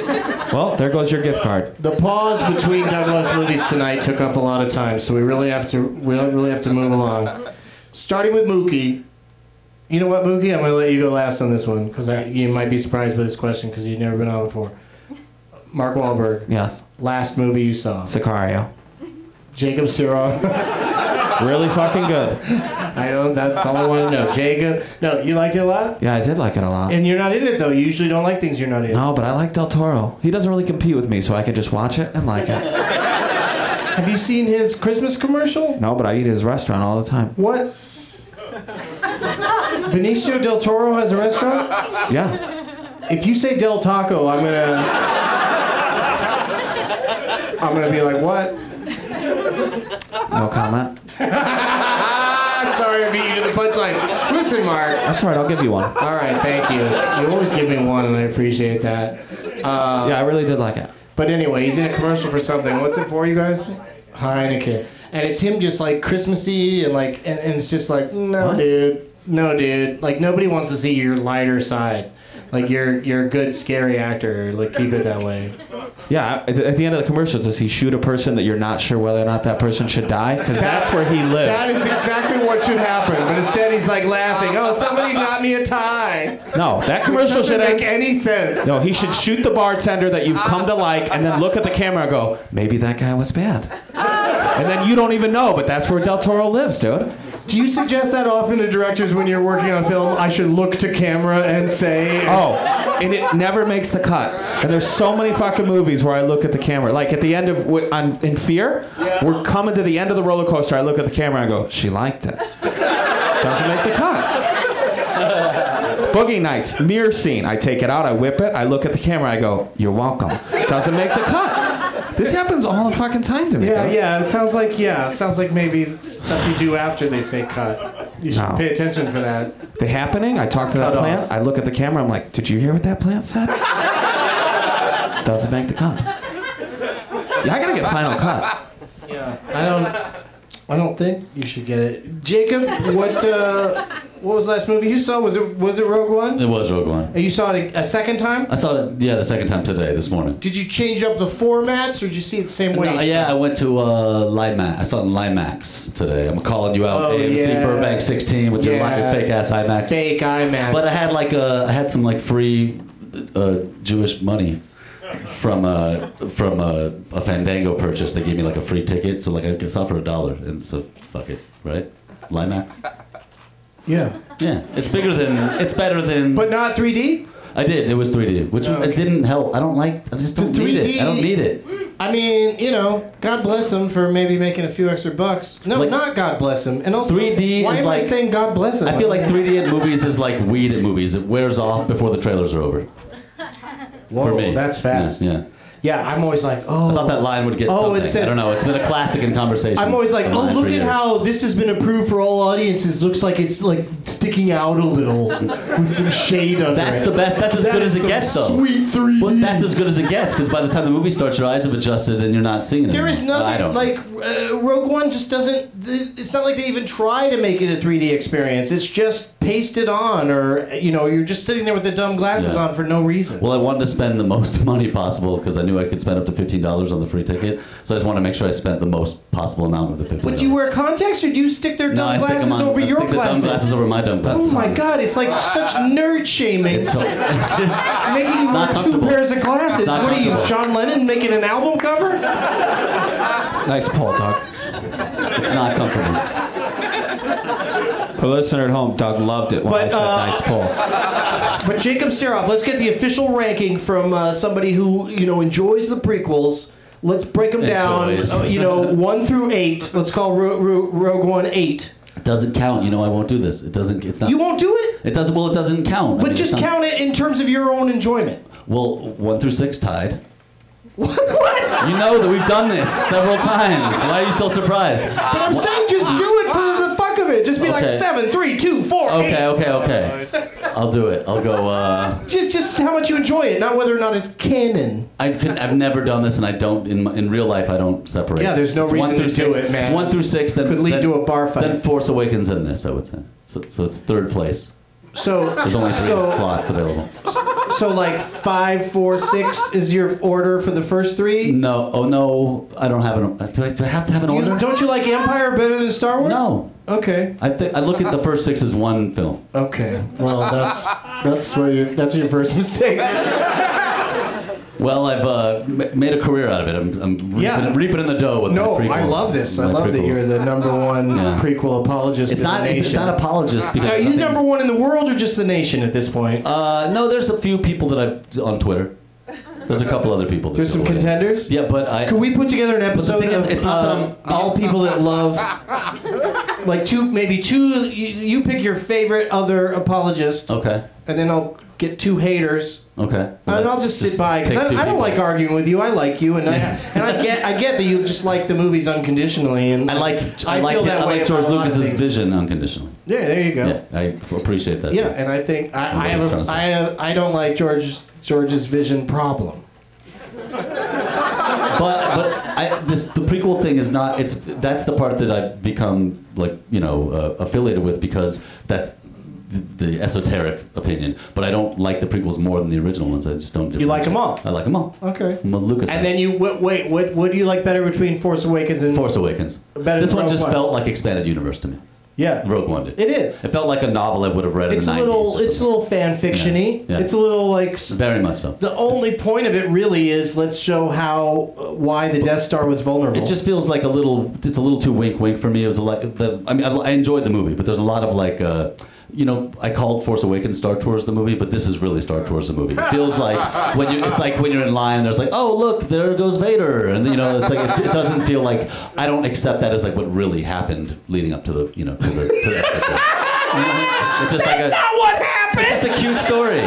Speaker 6: Well, there goes your gift card.
Speaker 2: The pause between Douglas movies tonight took up a lot of time, so we really have to we really have to move along. Starting with Mookie. You know what, Mookie? I'm gonna let you go last on this one because you might be surprised by this question because you've never been on before. Mark Wahlberg,
Speaker 6: Yes,
Speaker 2: last movie you saw?
Speaker 6: Sicario.
Speaker 2: Jacob Syrah.
Speaker 6: Really fucking good.
Speaker 2: (laughs) I know that's all I want to know. Jacob. No, you liked it a lot,
Speaker 6: Yeah, I did like it a lot.
Speaker 2: and you're not in it though. You usually don't like things you're not in.
Speaker 6: No, but I like Del Toro. He doesn't really compete with me, so I can just watch it and like it.
Speaker 2: Have you seen his Christmas commercial?
Speaker 6: No, but I eat at his restaurant all the time.
Speaker 2: What? Benicio del Toro has a restaurant?
Speaker 6: Yeah.
Speaker 2: If you say Del Taco, I'm gonna I'm gonna be like, what?
Speaker 6: No comment.
Speaker 2: Ah, sorry I beat you to the punchline. Listen, Mark.
Speaker 6: That's all right. I'll give you one.
Speaker 2: All right, thank you. You always give me one, and I appreciate that.
Speaker 6: Yeah, I really did like it.
Speaker 2: But anyway, he's in a commercial for something. What's it for, you guys? Heineken. And it's him just like Christmassy and like, and, and it's just like, no,
Speaker 6: What?
Speaker 2: dude, no, dude. Like nobody wants to see your lighter side. Like you're you're a good scary actor. Like keep it that way.
Speaker 6: Yeah, at the at the end of the commercial, does he shoot a person that you're not sure whether or not that person should die? Because that's where he lives.
Speaker 2: That is exactly what should happen. But instead, he's like laughing. Oh, somebody got me a tie.
Speaker 6: No, that commercial
Speaker 2: Doesn't
Speaker 6: should
Speaker 2: make
Speaker 6: end.
Speaker 2: any sense.
Speaker 6: No, he should shoot the bartender that you've come to like and then look at the camera and go, maybe that guy was bad. And then you don't even know, but that's where Del Toro lives, dude.
Speaker 2: Do you suggest that often to directors when you're working on film? I should look to camera and say.
Speaker 6: Oh, and it never makes the cut. And there's so many fucking movies where I look at the camera. Like at the end of wi- on, in Fear, we're coming to the end of the roller coaster. I look at the camera and I go, she liked it. Doesn't make the cut. Boogie Nights, mirror scene. I take it out, I whip it, I look at the camera, I go, you're welcome. Doesn't make the cut. This happens all the fucking time to me.
Speaker 2: Yeah,
Speaker 6: dude.
Speaker 2: yeah. It sounds like yeah. It sounds like maybe stuff you do after they say cut. You should
Speaker 6: No.
Speaker 2: pay attention for that.
Speaker 6: The happening, I talk to that
Speaker 2: Cut off.
Speaker 6: plant, I look at the camera, I'm like, did you hear what that plant said? Doesn't make the cut. Yeah, I gotta get final cut.
Speaker 2: I don't. I don't think you should get it, Jacob. What uh, What was the last movie you saw? Was it was it Rogue One?
Speaker 5: It was Rogue One.
Speaker 2: And you saw it a, a second time?
Speaker 5: I saw it, yeah, the second time today, this morning.
Speaker 2: Did you change up the formats, or did you see it the same way?
Speaker 5: No,
Speaker 2: each
Speaker 5: yeah,
Speaker 2: time?
Speaker 5: I went to uh, IMAX. I saw it in IMAX today. I'm calling you out,
Speaker 2: Oh,
Speaker 5: AMC
Speaker 2: yeah.
Speaker 5: Burbank 16, with your
Speaker 2: Yeah.
Speaker 5: your fake ass IMAX.
Speaker 2: Fake IMAX.
Speaker 5: But I had like uh, I had some like free uh, Jewish money from uh, from uh, a Fandango purchase. They gave me like a free ticket, so like I saw it for a dollar, and so fuck it, right? Limax.
Speaker 2: yeah.
Speaker 5: Yeah, it's bigger than it's better than.
Speaker 2: But not 3D.
Speaker 5: I did. It was 3D, which
Speaker 2: okay.
Speaker 5: it didn't help. I don't like. I just don't need it. I don't
Speaker 2: 3D
Speaker 5: need it.
Speaker 2: I mean, you know, God bless him for maybe making a few extra bucks. No,
Speaker 5: Like-
Speaker 2: not God bless him. And also,
Speaker 5: 3D
Speaker 2: why
Speaker 5: is
Speaker 2: am
Speaker 5: like-
Speaker 2: I saying God bless him?
Speaker 5: I feel like 3D at movies is like weed at movies. It wears off before the trailers are over.
Speaker 2: Whoa,
Speaker 5: For me,
Speaker 2: Oh, that's fast.
Speaker 5: Yeah, yeah.
Speaker 2: Yeah, I'm always like, oh.
Speaker 5: I thought that line would get
Speaker 2: Oh, it
Speaker 5: something.
Speaker 2: says-
Speaker 5: I don't know. It's been a classic in conversation.
Speaker 2: I'm always like,
Speaker 5: Been a
Speaker 2: oh,
Speaker 5: line
Speaker 2: look
Speaker 5: for
Speaker 2: at
Speaker 5: years.
Speaker 2: how this has been approved for all audiences. Looks like it's like sticking out a
Speaker 5: (laughs)
Speaker 2: little with some shade under
Speaker 5: That's
Speaker 2: it.
Speaker 5: the best. That's as
Speaker 2: That
Speaker 5: good
Speaker 2: is
Speaker 5: as it
Speaker 2: some
Speaker 5: gets, though.
Speaker 2: Sweet 3D.
Speaker 5: Well, that's as good as it gets because by the time the movie starts, your eyes have adjusted and you're not seeing it.
Speaker 2: There is
Speaker 5: anymore. I don't.
Speaker 2: nothing like uh, Rogue One just doesn't. th- It's not like they even try to make it a 3D experience. It's just pasted on, or you know, you're just sitting there with the dumb glasses
Speaker 5: Yeah.
Speaker 2: on for no reason.
Speaker 5: Well, I wanted to spend the most (laughs) money possible because I knew I could spend up to fifteen dollars on the free ticket. So I just wanted to make sure I spent the most possible amount of the fifteen.
Speaker 2: but do you wear contacts, or do you stick their
Speaker 5: no,
Speaker 2: dumb
Speaker 5: I stick 'em
Speaker 2: glasses
Speaker 5: on-
Speaker 2: over
Speaker 5: I
Speaker 2: your
Speaker 5: stick the
Speaker 2: glasses?
Speaker 5: Dumb glasses over my dumb
Speaker 2: Oh
Speaker 5: glasses.
Speaker 2: my god, it's like
Speaker 5: (laughs)
Speaker 2: such nerd shaming.
Speaker 5: It's
Speaker 2: (laughs)
Speaker 5: so-
Speaker 2: making you
Speaker 5: not
Speaker 2: wear two
Speaker 5: comfortable.
Speaker 2: pairs of glasses.
Speaker 5: not
Speaker 2: What are you,
Speaker 5: comfortable.
Speaker 2: John Lennon making an album cover?
Speaker 6: Nice pull, Doug.
Speaker 5: it's not comfortable.
Speaker 6: For the listener at home, Doug loved it when I
Speaker 2: But,
Speaker 6: said
Speaker 2: uh,
Speaker 6: nice pull.
Speaker 2: But Jacob Seroff, let's get the official ranking from uh, somebody who you know enjoys the prequels. Let's break them down.
Speaker 5: Enjoys.
Speaker 2: uh, you know, one through eight. Let's call Ro- Ro- Rogue One eight.
Speaker 5: It doesn't count. You know, I won't do this. It doesn't. It's not.
Speaker 2: You won't do it,
Speaker 5: It doesn't. Well, it doesn't count. I
Speaker 2: but
Speaker 5: mean,
Speaker 2: just
Speaker 5: it's not-
Speaker 2: count it in terms of your own enjoyment. (laughs)
Speaker 5: Well, one through six tied.
Speaker 2: What? what?
Speaker 5: You know that we've done this several times. Why are you still surprised?
Speaker 2: But I'm saying just do it for the fuck of it. Just be like
Speaker 5: Okay.
Speaker 2: seven, three, two, four, eight.
Speaker 5: Okay, okay, okay. I'll do it. I'll go. Uh,
Speaker 2: Just, just how much you enjoy it, not whether or not it's canon.
Speaker 5: I could, I've never done this, and I don't in my, in real life. I don't separate.
Speaker 2: Yeah, there's no
Speaker 5: It's one
Speaker 2: reason
Speaker 5: through
Speaker 2: to do
Speaker 5: six-
Speaker 2: it, man.
Speaker 5: It's one through six. Then
Speaker 2: Could lead
Speaker 5: then-
Speaker 2: to a bar fight.
Speaker 5: Then Force Awakens in this, I would say. So, so it's third place.
Speaker 2: So,
Speaker 5: There's only three
Speaker 2: so,
Speaker 5: slots available.
Speaker 2: so like five, four, six is your order for the first three.
Speaker 5: No, oh no, I don't have an. Do I, do I have to have an
Speaker 2: You-
Speaker 5: order?
Speaker 2: don't you like Empire better than Star Wars?
Speaker 5: no,
Speaker 2: Okay.
Speaker 5: I think I look at the first six as one film.
Speaker 2: Okay. Well, that's that's where you that's your first mistake.
Speaker 5: Well, I've uh, m- made a career out of it. I'm, I'm reaping,
Speaker 2: Yeah.
Speaker 5: reaping in the dough with
Speaker 2: No,
Speaker 5: my prequel.
Speaker 2: I love this. I
Speaker 5: my
Speaker 2: love that
Speaker 5: prequel.
Speaker 2: you're the number one
Speaker 5: Yeah.
Speaker 2: prequel apologist.
Speaker 5: It's
Speaker 2: in
Speaker 5: not.
Speaker 2: The nation.
Speaker 5: It's not apologist because
Speaker 2: Are you
Speaker 5: nothing-
Speaker 2: number one in the world or just the nation at this point?
Speaker 5: Uh, no, there's a few people that I've on Twitter. There's a couple other people. that
Speaker 2: There's
Speaker 5: go
Speaker 2: some
Speaker 5: away.
Speaker 2: contenders.
Speaker 5: Yeah, but I.
Speaker 2: Could we put together an
Speaker 5: the
Speaker 2: episode
Speaker 5: thing is,
Speaker 2: of
Speaker 5: it's not that
Speaker 2: um, all people that love, (laughs) like two, maybe two? You, you pick your favorite other apologist,
Speaker 5: Okay.
Speaker 2: and then I'll get two haters
Speaker 5: Okay.
Speaker 2: and I'll just sit by
Speaker 5: pick
Speaker 2: because
Speaker 5: two
Speaker 2: I, I don't
Speaker 5: people.
Speaker 2: like arguing with you. I like you, and I,
Speaker 5: Yeah.
Speaker 2: (laughs) and I get I get that you just like the movies unconditionally. And
Speaker 5: I like. I, like. I like George
Speaker 2: about a lot of
Speaker 5: Lucas's
Speaker 2: things.
Speaker 5: vision unconditionally.
Speaker 2: Yeah, there you go.
Speaker 5: Yeah,
Speaker 2: Yeah,
Speaker 5: I appreciate that.
Speaker 2: and I think I,
Speaker 5: Everybody's
Speaker 2: I have
Speaker 5: trying to
Speaker 2: a,
Speaker 5: say.
Speaker 2: I have, I don't like George George's vision problem.
Speaker 5: But but I, this the prequel thing is not. It's that's the part that I've become like you know uh, affiliated with because that's. the- The esoteric opinion, but I don't like the prequels more than the original ones. I just don't.
Speaker 2: You like 'em all?
Speaker 5: differentiate. I like them all.
Speaker 2: Okay.
Speaker 5: I'm a Lucas.
Speaker 2: And then you wait, wait what what do you like better between Force Awakens and
Speaker 5: Force Awakens.
Speaker 2: Better
Speaker 5: this
Speaker 2: than
Speaker 5: one
Speaker 2: Rogue
Speaker 5: just
Speaker 2: One.
Speaker 5: felt like expanded universe to me.
Speaker 2: Yeah,
Speaker 5: Rogue One did.
Speaker 2: It is.
Speaker 5: It felt like a novel I would have read
Speaker 2: It's
Speaker 5: in
Speaker 2: a
Speaker 5: the 90s.
Speaker 2: little
Speaker 5: or
Speaker 2: it's a
Speaker 5: something.
Speaker 2: little fan fictiony.
Speaker 5: Yeah.
Speaker 2: It's a little like s-
Speaker 5: very much so.
Speaker 2: the only point of it really is let's show how uh, why the Death Star was vulnerable.
Speaker 5: It just feels like a little. It's a little too wink wink for me. It was a like. The, I mean, I, I enjoyed the movie, but there's a lot of like. Uh, you know, I called Force Awakens Star Tours the movie, but this is really Star Tours the movie. It feels like when you, it's like when you're in line. There's like, oh look, there goes Vader, and you know, it's like it, it doesn't feel like I don't accept that as like what really happened leading up to the, you know, to the. (laughs) To the it's just like a,
Speaker 2: what happened.
Speaker 5: It's just a cute story.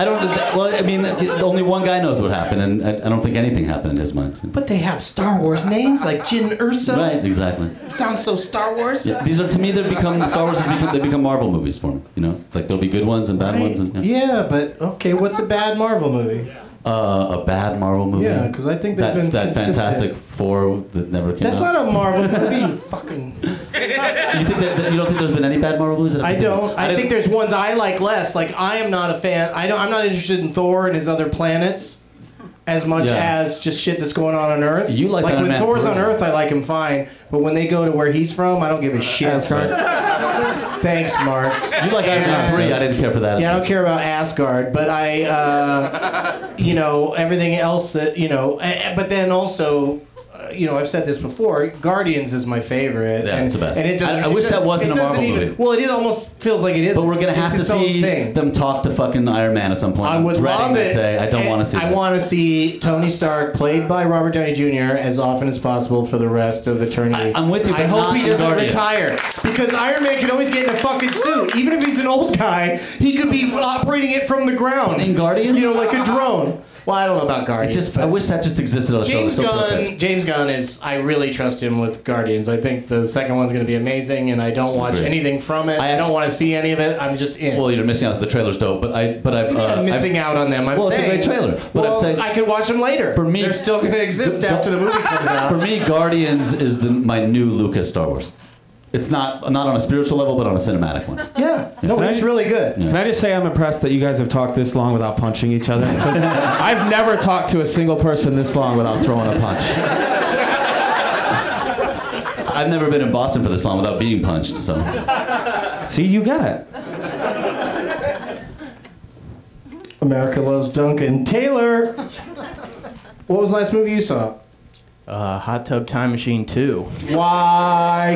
Speaker 5: I don't. Well, I mean, only one guy knows what happened, and I, I don't think anything happened in his mind.
Speaker 2: But they have Star Wars names like Jin Ursa.
Speaker 5: Right, exactly.
Speaker 2: Sounds so Star Wars.
Speaker 5: Yeah, these are to me. They've become Star Wars. Has become, they become Marvel movies for me. You know, like there'll be good ones and bad
Speaker 2: Right.
Speaker 5: ones. And,
Speaker 2: Yeah, but okay, what's a bad Marvel movie?
Speaker 5: uh, a bad Marvel movie?
Speaker 2: Yeah, 'cause I think they've
Speaker 5: that,
Speaker 2: been
Speaker 5: that
Speaker 2: consistent.
Speaker 5: Fantastic Four that never came
Speaker 2: That's
Speaker 5: out.
Speaker 2: not a Marvel movie,
Speaker 5: (laughs)
Speaker 2: you fucking.
Speaker 5: you think that, that- you don't think there's been any bad Marvel movies?
Speaker 2: I don't. I
Speaker 5: didn't-
Speaker 2: think there's ones I like less. Like I am not a fan. I don't. I'm not interested in Thor and his other planets as much
Speaker 5: Yeah.
Speaker 2: as just shit that's going on on Earth.
Speaker 5: You like
Speaker 2: like
Speaker 5: Iron
Speaker 2: when
Speaker 5: Man
Speaker 2: Thor's
Speaker 5: three.
Speaker 2: on Earth, I like him fine. But when they go to where he's from, I don't give a shit.
Speaker 6: That's right.
Speaker 2: Thanks, Mark.
Speaker 5: (laughs) You like Iron Man
Speaker 2: Yeah.
Speaker 5: three? I didn't care for that.
Speaker 2: Yeah, I don't care about Asgard, but I, uh, you know, everything else that you know. eh, eh, But then also, uh, you know, I've said this before. Guardians is my favorite.
Speaker 5: Yeah,
Speaker 2: and,
Speaker 5: it's the best.
Speaker 2: And it doesn't.
Speaker 5: I- I wish
Speaker 2: it
Speaker 5: that
Speaker 2: doesn't-
Speaker 5: wasn't
Speaker 2: it
Speaker 5: a Marvel
Speaker 2: doesn't even-
Speaker 5: movie.
Speaker 2: Well, it is- almost feels like it is.
Speaker 5: But we're gonna have
Speaker 2: It's
Speaker 5: to
Speaker 2: its own
Speaker 5: see
Speaker 2: thing.
Speaker 5: them talk to fucking Iron Man at some point.
Speaker 2: I
Speaker 5: I'm
Speaker 2: would
Speaker 5: dreading
Speaker 2: love
Speaker 5: that
Speaker 2: it.
Speaker 5: Day. I don't
Speaker 2: And
Speaker 5: want to see.
Speaker 2: I
Speaker 5: that.
Speaker 2: want to see Tony Stark played by Robert Downey Jr. as often as possible for the rest of eternity.
Speaker 5: I- I'm with you,
Speaker 2: I
Speaker 5: but
Speaker 2: hope
Speaker 5: not
Speaker 2: he
Speaker 5: in
Speaker 2: doesn't
Speaker 5: Guardians.
Speaker 2: retire because Iron Man can always get in a fucking suit, even if he's an old guy. He could be operating it from the ground
Speaker 5: In Guardians?
Speaker 2: You know, like a drone. Well, I don't know about Guardians.
Speaker 5: Just,
Speaker 2: but
Speaker 5: I wish that just existed on a show. It
Speaker 2: James
Speaker 5: was so
Speaker 2: Gunn.
Speaker 5: perfect.
Speaker 2: James Gunn is. I really trust him with Guardians. I think the second one's going to be amazing, and I don't watch
Speaker 5: Agreed.
Speaker 2: anything from it. I,
Speaker 5: actu-
Speaker 2: don't want to see any of it. I'm just in.
Speaker 5: Well, you're missing out. The trailer's dope, but I, but I've, uh,
Speaker 2: I'm missing
Speaker 5: I've,
Speaker 2: out on them. I'm
Speaker 5: Well, it's a
Speaker 2: saying,
Speaker 5: great trailer, but I'm
Speaker 2: well,
Speaker 5: saying-
Speaker 2: I could watch them later.
Speaker 5: For me-
Speaker 2: they're still going to exist after the movie comes
Speaker 5: For
Speaker 2: out.
Speaker 5: me, Guardians is the, my new Lucas Star Wars. It's not not on a spiritual level, but on a cinematic one.
Speaker 2: yeah, no,
Speaker 6: Can I
Speaker 2: it's
Speaker 6: ju-
Speaker 2: really good.
Speaker 6: Can I just say I'm impressed that you guys have talked this long without punching each other?
Speaker 2: (laughs)
Speaker 6: 'Cause I've never talked to a single person this long without throwing a punch.
Speaker 5: I've never been in Boston for this long without being punched. So
Speaker 6: See, you got it.
Speaker 2: America loves Duncan Taylor. What was the last movie you saw?
Speaker 4: Uh, Hot Tub Time Machine 2.
Speaker 2: Why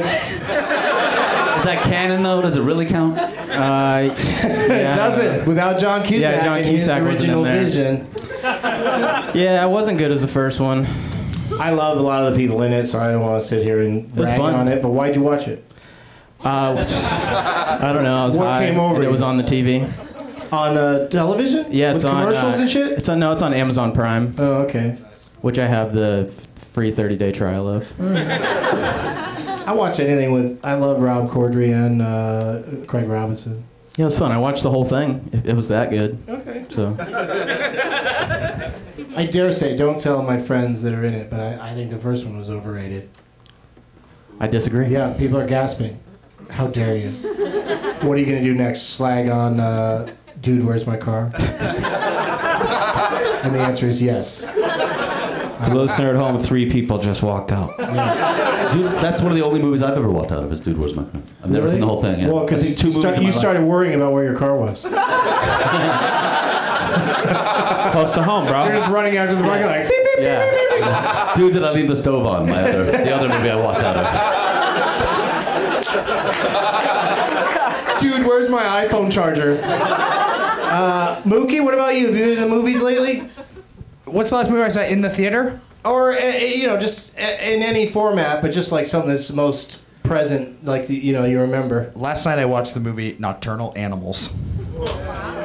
Speaker 5: is that canon though? Does it really count?
Speaker 4: Uh, yeah.
Speaker 2: does it without John Cusack
Speaker 4: Yeah, John
Speaker 2: and
Speaker 4: Cusack
Speaker 2: his
Speaker 4: wasn't in
Speaker 2: original
Speaker 4: there.
Speaker 2: vision?
Speaker 4: Yeah, I wasn't good as the first one.
Speaker 2: I love a lot of the people in it, so I don't want to sit here and
Speaker 4: was
Speaker 2: rag
Speaker 4: fun.
Speaker 2: on it. But why'd you watch it?
Speaker 4: Uh, I don't know. I was
Speaker 2: What
Speaker 4: high.
Speaker 2: came over
Speaker 4: and it
Speaker 2: you?
Speaker 4: was on the TV.
Speaker 2: On uh, television?
Speaker 4: Yeah,
Speaker 2: With
Speaker 4: it's on
Speaker 2: commercials
Speaker 4: uh,
Speaker 2: and shit.
Speaker 4: It's on no, it's on Amazon Prime,
Speaker 2: oh, okay.
Speaker 4: which I have the f- free 30-day trial of.
Speaker 2: I watch anything with. I love Rob Corddry and uh, Craig Robinson.
Speaker 4: Yeah, it was fun. I watched the whole thing. It, it was that good.
Speaker 2: Okay.
Speaker 4: So
Speaker 2: I dare say, don't tell my friends that are in it, but I, I think the first one was overrated.
Speaker 4: I disagree.
Speaker 2: Yeah, people are gasping. How dare you? What are you gonna do next? Slag on, uh, dude, where's my (laughs) car? and the answer is yes.
Speaker 6: For the listener at home, three people just walked out.
Speaker 5: (laughs) Dude, that's one of the only movies I've ever walked out of. Is Dude, where's my car? I've never seen the whole thing. Yeah.
Speaker 2: Well, because
Speaker 5: I've
Speaker 2: you,
Speaker 5: seen two movies
Speaker 2: you, start,
Speaker 5: in
Speaker 2: you
Speaker 5: my life.
Speaker 4: (laughs)
Speaker 2: started worrying about where your car was. You're
Speaker 6: Close to home,
Speaker 2: just
Speaker 6: bro.
Speaker 2: running after the car, you're like, beep, beep.
Speaker 6: Yeah.
Speaker 5: Dude, did I leave the stove on? My other, the other movie I walked out of.
Speaker 2: dude, where's my iPhone charger? Uh, Mookie, what about you? Have you been to the movies lately?
Speaker 3: What's the last movie I saw in the theater?
Speaker 2: or uh, uh, you know just uh, in any format but just like something that's most present like you know you remember
Speaker 3: Last night I watched the movie Nocturnal Animals.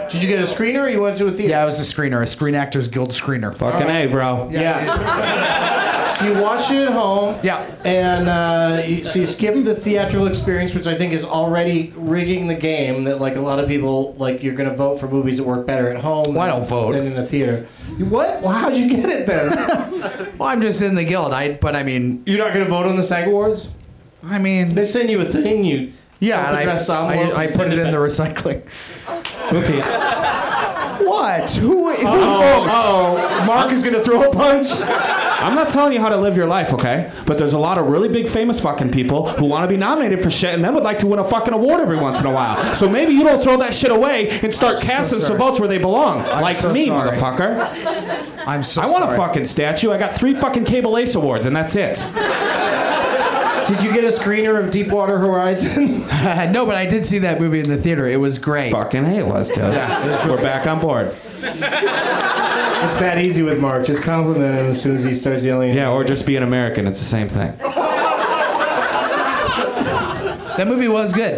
Speaker 2: did you get a screener or you went to a theater
Speaker 3: Yeah, it was a screener, a Screen Actors Guild screener.
Speaker 6: Fucking A, bro.
Speaker 2: yeah, so you watched it at home
Speaker 3: Yeah.
Speaker 2: and uh, you, so you skipped the theatrical experience which i think is already rigging the game that like a lot of people like you're gonna vote for movies that work better at home
Speaker 3: Well, I
Speaker 2: than-
Speaker 3: don't vote.
Speaker 2: than in a theater You- what well, how'd you get it
Speaker 3: (laughs)
Speaker 2: then
Speaker 3: Well, I'm just in the guild. I, but I mean,
Speaker 2: you're not gonna vote on the sag awards
Speaker 3: I mean,
Speaker 2: they send you a thing you
Speaker 3: yeah. And
Speaker 2: self-addressed
Speaker 3: I,
Speaker 2: envelope,
Speaker 3: I, I
Speaker 2: you
Speaker 3: put
Speaker 2: send
Speaker 3: it in
Speaker 2: back.
Speaker 3: the recycling.
Speaker 6: Mookie,
Speaker 3: What? Who? Who votes?
Speaker 2: Oh, Mark is gonna throw a punch.
Speaker 6: I'm not telling you how to live your life, okay? But there's a lot of really big famous fucking people who want to be nominated for shit and then would like to win a fucking award every once in a while. So maybe you don't throw that shit away and start casting some
Speaker 3: sorry.
Speaker 6: votes where they belong. like
Speaker 3: so
Speaker 6: me,
Speaker 3: sorry.
Speaker 6: motherfucker.
Speaker 3: I'm so
Speaker 6: I want
Speaker 3: sorry.
Speaker 6: a fucking statue. I got three fucking Cable Ace Awards and that's it.
Speaker 2: Did you get a screener of Deepwater Horizon? (laughs)
Speaker 3: no, but I did see that movie in the theater. It was great.
Speaker 6: Fucking A it was, dude. We're back on board.
Speaker 2: it's that easy with Mark. Just compliment him as soon as he starts yelling.
Speaker 6: Yeah, or just be an American. It's the same thing.
Speaker 3: That movie was good.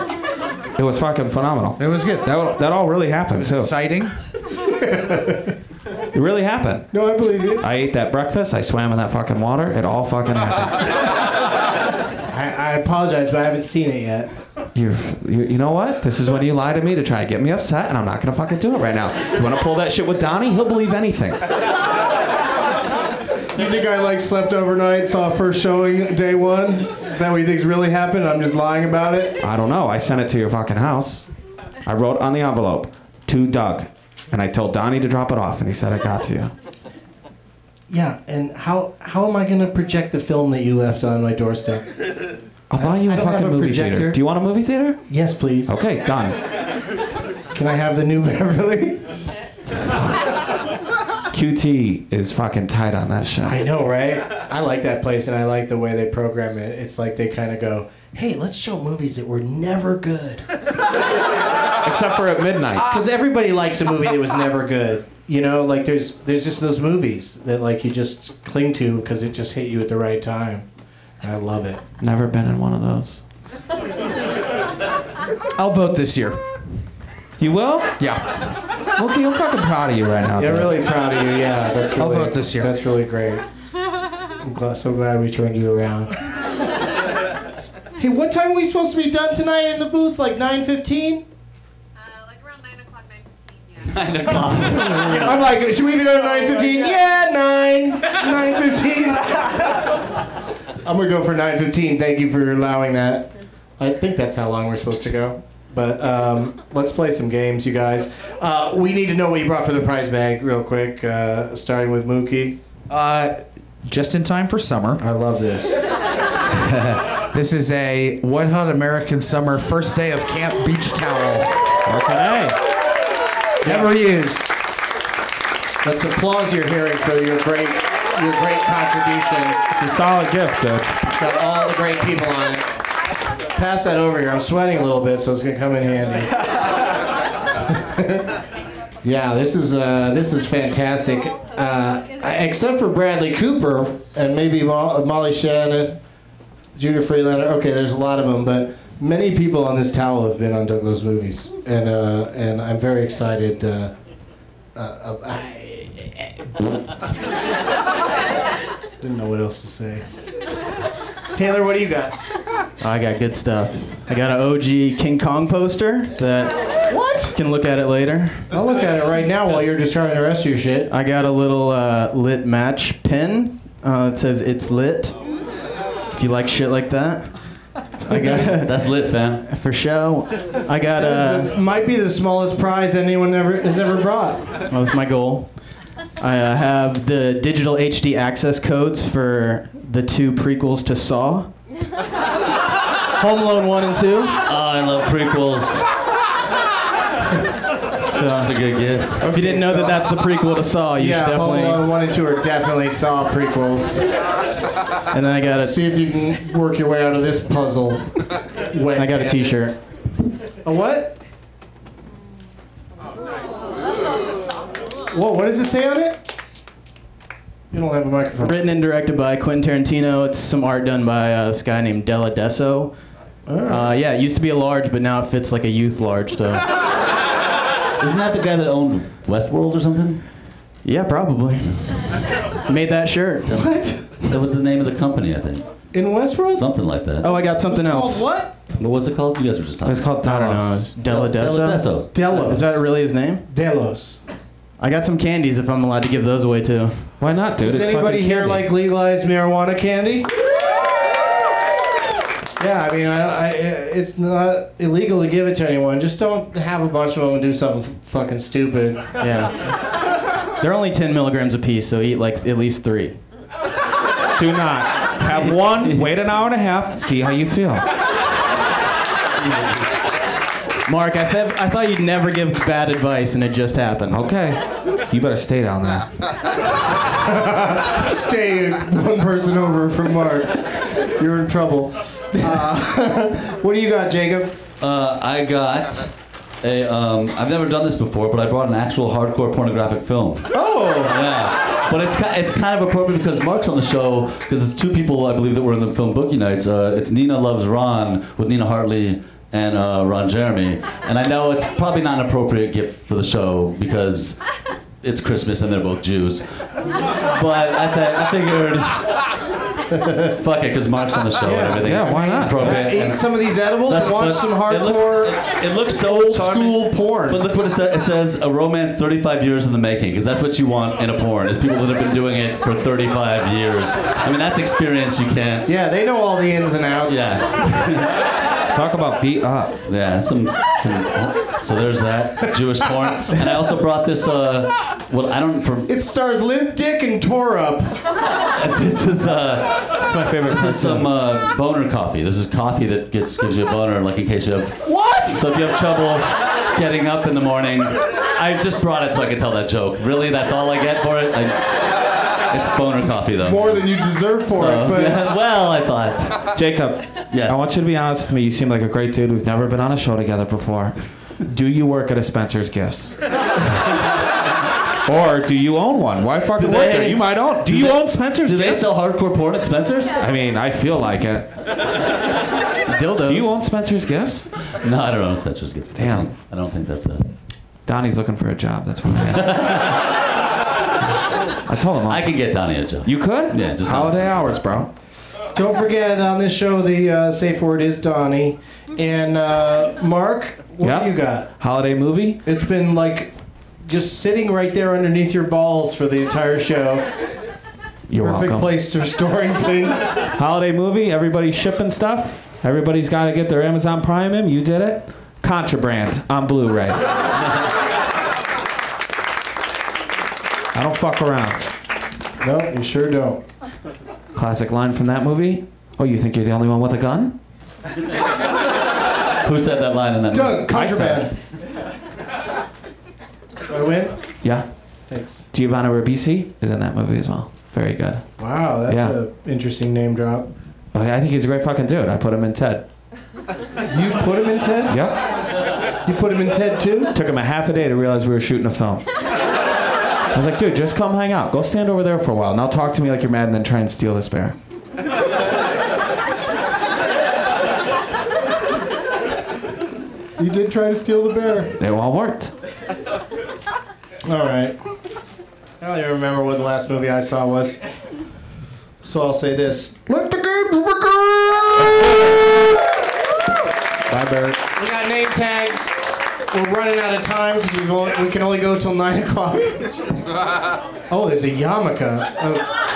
Speaker 6: It was fucking phenomenal.
Speaker 3: It was good.
Speaker 6: That, that all really happened, too.
Speaker 3: Exciting.
Speaker 6: It really happened.
Speaker 2: No, I believe you.
Speaker 6: I ate that breakfast. I swam in that fucking
Speaker 2: (laughs)
Speaker 6: water. It all fucking happened.
Speaker 2: I, I apologize, but I haven't seen it yet.
Speaker 6: you're, you, you know what? This is when you lie to me to try to get me upset, and I'm not gonna fucking do it right now. You wanna pull that shit with Donnie? He'll believe anything.
Speaker 2: You think I like slept overnight, saw first showing day one? Is that what you think's really happened? I'm just lying about it.
Speaker 6: I don't know. I sent it to your fucking house. I wrote on the envelope to Doug, and I told Donnie to drop it off, and he said I got to you.
Speaker 2: Yeah, and how how am I gonna project the film that you left on my doorstep?
Speaker 6: I'll buy you
Speaker 2: I
Speaker 6: a
Speaker 2: don't have
Speaker 6: fucking
Speaker 2: a
Speaker 6: movie
Speaker 2: projector.
Speaker 6: theater. Do you want a movie theater?
Speaker 2: Yes, please.
Speaker 6: Okay, done.
Speaker 2: Can I have the new (laughs) Beverly?
Speaker 6: QT is fucking tight on that shit.
Speaker 2: I know, right? I like that place, and I like the way they program it. It's like they kind of go, "Hey, let's show movies that were never good,"
Speaker 6: Except for at midnight.
Speaker 2: because everybody likes a movie that was never good. You know, like there's there's just those movies that like you just cling to because it just hit you at the right time. And I love it.
Speaker 6: Never been in one of those.
Speaker 3: I'll vote this year.
Speaker 6: You will?
Speaker 3: Yeah.
Speaker 6: Okay, I'm fucking proud of you right now.
Speaker 2: Yeah,
Speaker 6: dude.
Speaker 2: really proud of you. Yeah, that's
Speaker 3: I'll
Speaker 2: really,
Speaker 3: vote this year.
Speaker 2: That's really great. I'm gl- so glad we turned you around. (laughs) hey, what time are we supposed to be done tonight in the booth? Like nine fifteen?
Speaker 7: Uh, like around 9 o'clock, 9
Speaker 2: I'm like, should we be done at nine fifteen? Yeah, nine, nine fifteen. I'm gonna go for nine fifteen. Thank you for allowing that. I think that's how long we're supposed to go. But um, let's play some games, you guys. Uh, we need to know what you brought for the prize bag, real quick. Uh, starting with Mookie.
Speaker 3: Uh, just in time for summer.
Speaker 2: I love this.
Speaker 3: This is a One Hot American Summer first day of camp beach towel.
Speaker 6: Fucking A.
Speaker 3: Never used.
Speaker 2: Let's applause your hearing for your great, your great contribution.
Speaker 6: It's a solid gift, dude.
Speaker 2: It's got all the great people on it. Pass that over here. I'm sweating a little bit, so it's gonna come in handy. (laughs) yeah, this is uh, this is fantastic. Uh, except for Bradley Cooper and maybe Mo- Molly Shannon, Judah Freelander. Okay, there's a lot of them, but many people on this towel have been on Douglas movies, and uh, and I'm very excited. Uh, uh, I, didn't know what else to say. Taylor, what do you got?
Speaker 4: I got good stuff. I got an OG King Kong poster that
Speaker 2: What?
Speaker 4: can look at it later.
Speaker 2: I'll look at it right now while you're just trying to rest your shit.
Speaker 4: I got a little uh, lit match pin. Uh, it says it's lit. If you like shit like that, I got
Speaker 5: That's lit, fam.
Speaker 4: for show. I got
Speaker 2: This
Speaker 4: uh,
Speaker 2: is- might be the smallest prize anyone ever has ever brought.
Speaker 4: that was my goal. I uh, have the digital HD access codes for the two prequels to Saw. Home Alone one and two.
Speaker 5: Oh, I love prequels. That's a good gift.
Speaker 4: If you didn't know that that's the prequel to Saw, you
Speaker 2: Yeah,
Speaker 4: should
Speaker 2: Home
Speaker 4: definitely.
Speaker 2: Alone One and Two are definitely Saw prequels.
Speaker 4: And then I got a,
Speaker 2: See if you can work your way out of this puzzle. Wet
Speaker 4: I got a
Speaker 2: bandits.
Speaker 4: T-shirt.
Speaker 2: A what? Whoa! What does it say on it? You don't have a microphone.
Speaker 4: Written and directed by Quentin Tarantino. It's some art done by uh, this guy named Della Desso.
Speaker 5: Oh.
Speaker 4: Uh, yeah, it used to be a large, but now it fits like a youth large.
Speaker 5: (laughs)
Speaker 4: So,
Speaker 5: Isn't that the guy that owned Westworld or something?
Speaker 4: yeah, probably. Made that shirt.
Speaker 2: What?
Speaker 5: That was the name of the company, I think.
Speaker 2: In Westworld?
Speaker 5: Something like that.
Speaker 4: Oh, I got something
Speaker 2: Called
Speaker 4: else.
Speaker 2: what?
Speaker 5: What was it called? You guys were just talking.
Speaker 6: It's called
Speaker 4: I don't
Speaker 6: Talos.
Speaker 4: know. Della Desso.
Speaker 5: Deso.
Speaker 2: Delos.
Speaker 4: Is that really his name?
Speaker 2: Delos.
Speaker 4: I got some candies if I'm allowed to give those away too.
Speaker 6: Why not, dude?
Speaker 2: Does
Speaker 6: it's
Speaker 2: anybody
Speaker 6: fucking
Speaker 2: here
Speaker 6: candy.
Speaker 2: like legalized marijuana candy? Yeah, I mean, I, I, it's not illegal to give it to anyone. Just don't have a bunch of them and do something f- fucking stupid. (laughs)
Speaker 4: Yeah. They're only 10 milligrams a piece, so eat like at least three.
Speaker 6: Do not have
Speaker 4: (laughs)
Speaker 6: one. Wait an hour and a half. See how you feel.
Speaker 4: Mark, I, th- I thought you'd never give bad advice, and it just happened.
Speaker 6: Okay. So you better stay down there.
Speaker 2: Stay one person over from Mark. You're in trouble. Uh, (laughs) what do you got, Jacob?
Speaker 5: Uh, I got a. Um, I've never done this before, but I brought an actual hardcore pornographic film.
Speaker 2: Oh,
Speaker 5: Yeah, but it's ki- it's kind of appropriate because Mark's on the show because it's two people I believe that were in the film Boogie Nights. Uh, it's Nina Loves Ron with Nina Hartley and uh, Ron Jeremy, and I know it's probably not an appropriate gift for the show because it's Christmas and they're both Jews. But I, th- I figured
Speaker 6: (laughs)
Speaker 5: Fuck it, because Mark's on the show and everything.
Speaker 6: yeah, why not?
Speaker 5: Appropriate.
Speaker 2: Eat some of these edibles and
Speaker 5: That's-
Speaker 2: watch
Speaker 5: but
Speaker 2: some
Speaker 5: it looks-
Speaker 2: hardcore
Speaker 5: It, it looks so
Speaker 2: old
Speaker 5: charming.
Speaker 2: school porn.
Speaker 5: But look what it says. It says a romance 35 years in the making, because that's what you want in a porn. Is people that have been doing it for 35 years. I mean, that's experience you can't.
Speaker 2: Yeah, they know all the ins and outs.
Speaker 5: Yeah.
Speaker 6: Talk about beat up.
Speaker 5: Yeah, some, some- So there's that Jewish porn, and I also brought this. Uh, well, I don't. For (laughs)
Speaker 2: It stars Limp Dick and Tore Up.
Speaker 5: this is. Uh,
Speaker 6: That's my favorite.
Speaker 5: this is some uh, boner coffee. This is coffee that gets gives you a boner, like in case you have. What? So if you have trouble getting up in the morning, I just brought it so I could tell that joke. Really, that's all I get for it. I, it's boner coffee though. (laughs)
Speaker 2: More than you deserve for it, but
Speaker 5: well, I thought.
Speaker 6: Jacob,
Speaker 5: Yes.
Speaker 6: I want you to be honest with me. You seem like a great dude. We've never been on a show together before. Do you work at a Spencer's
Speaker 4: (laughs)
Speaker 6: Gifts? or do you own one? Why fucking
Speaker 5: Do
Speaker 6: work
Speaker 5: they-
Speaker 6: there? You might own. Do, you
Speaker 5: they-
Speaker 6: own Spencer's
Speaker 5: Do they
Speaker 6: Gifts?
Speaker 5: sell hardcore porn at Spencer's?
Speaker 6: I mean, I feel like it.
Speaker 3: Dildos.
Speaker 6: Do you own Spencer's Gifts?
Speaker 5: No, I don't own Spencer's gifts.
Speaker 6: Damn.
Speaker 5: I don't think that's a.
Speaker 6: Donnie's looking for a job. That's what I asked. I told him.
Speaker 5: I
Speaker 6: I,
Speaker 5: could get Donnie a job.
Speaker 6: you could?
Speaker 5: Yeah, just-
Speaker 6: holiday hours, bro.
Speaker 2: don't forget on this show the uh, safe word is Donnie. And uh, Mark, what
Speaker 6: Yeah.
Speaker 2: do you got?
Speaker 6: Holiday movie?
Speaker 2: It's been like just sitting right there underneath your balls for the entire show.
Speaker 6: You're
Speaker 2: Perfect
Speaker 6: welcome.
Speaker 2: place for storing (laughs) things.
Speaker 6: Holiday movie. Everybody's shipping stuff. Everybody's got to get their Amazon Prime in. You did it. Contraband on Blu-ray. I don't fuck around.
Speaker 2: no, you sure don't.
Speaker 6: Classic line from that movie. Oh, you think you're the only one with a gun?
Speaker 5: Who said that line in that?
Speaker 2: Doug,
Speaker 6: I said
Speaker 2: Uh, contraband. Do I win?
Speaker 6: Yeah.
Speaker 2: Thanks.
Speaker 6: Giovanna Ribisi is in that movie as well. Very good.
Speaker 2: Wow, that's
Speaker 6: Yeah.
Speaker 2: an interesting name drop.
Speaker 6: Oh, yeah, I think he's a great fucking dude. I put him in Ted.
Speaker 2: You put him in Ted?
Speaker 6: Yep.
Speaker 2: You put him in Ted too?
Speaker 6: Took him a half a day to realize we were shooting a film. I was like, dude, just come hang out. Go stand over there for a while. Now talk to me like you're mad and then try and steal this bear.
Speaker 2: You did try to steal the bear.
Speaker 6: It all worked.
Speaker 2: All right. I don't even remember what the last movie I saw was. So I'll say this. Let the games begin!
Speaker 6: Bye, Bert.
Speaker 2: We got name tags. We're running out of time because we can only go till 9 o'clock. oh, there's a yarmulke. Oh.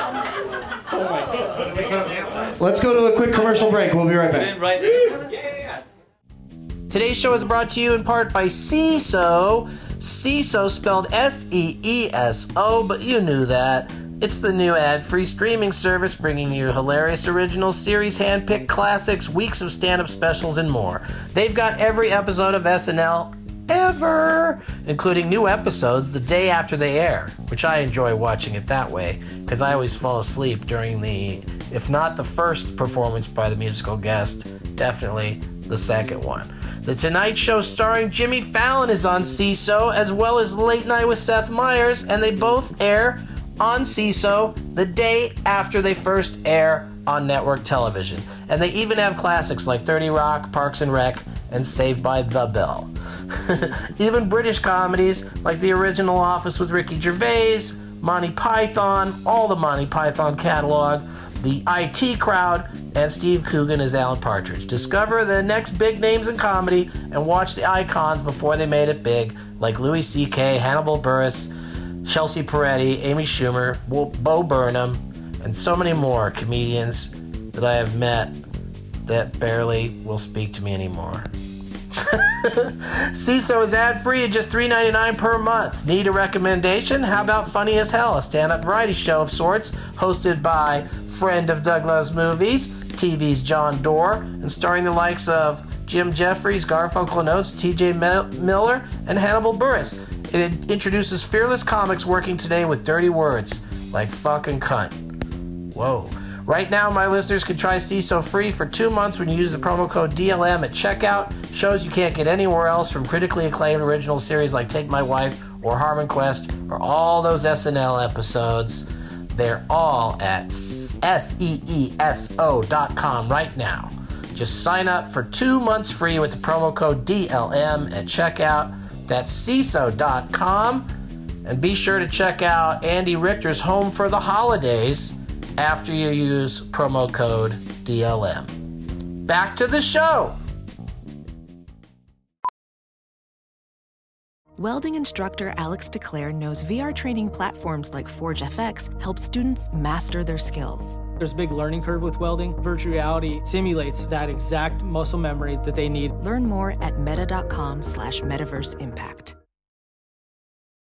Speaker 2: Let's go to a quick commercial break. We'll be right back.
Speaker 8: Today's show is brought to you in part by CISO. CISO spelled S E E S O, but you knew that. It's the new ad free streaming service bringing you hilarious original series, handpicked classics, weeks of stand up specials, and more. They've got every episode of SNL ever, including new episodes the day after they air, which I enjoy watching it that way because I always fall asleep during the, if not the first performance by the musical guest, definitely the second one. The Tonight Show starring Jimmy Fallon is on CISO, as well as Late Night with Seth Meyers, and they both air on CISO the day after they first air on network television. And they even have classics like 30 Rock, Parks and Rec, and Saved by the Bell. even British comedies like the original Office with Ricky Gervais, Monty Python, all the Monty Python catalog, the IT crowd, and Steve Coogan as Alan Partridge. Discover the next big names in comedy and watch the icons before they made it big, like Louis C.K., Hannibal Burris, Chelsea Peretti, Amy Schumer, Wo- Bo Burnham, and so many more comedians that I have met that barely will speak to me anymore. CISO is ad free at just $3.99 per month. Need a recommendation? How about Funny as Hell, a stand up variety show of sorts hosted by friend of Doug Loves Movies, TV's John Doerr, and starring the likes of Jim Jeffries, Garfunkel and Oates, TJ Mil- Miller, and Hannibal Burris. It introduces fearless comics working today with dirty words like fuck and cunt. Whoa. Right now, my listeners can try CISO free for two months when you use the promo code DLM at checkout. Shows you can't get anywhere else from critically acclaimed original series like Take My Wife or Harmon Quest or all those SNL episodes. They're all at E seeso.com right now. Just sign up for two months free with the promo code DLM at checkout. That's CISO.com. And be sure to check out Andy Richter's Home for the Holidays after you use promo code DLM. Back to the show.
Speaker 9: Welding instructor Alex DeClaire knows VR training platforms like Forge FX help students master their skills.
Speaker 10: There's a big learning curve with welding. Virtual reality simulates that exact muscle memory that they need.
Speaker 9: Learn more at meta.com slash metaverse impact.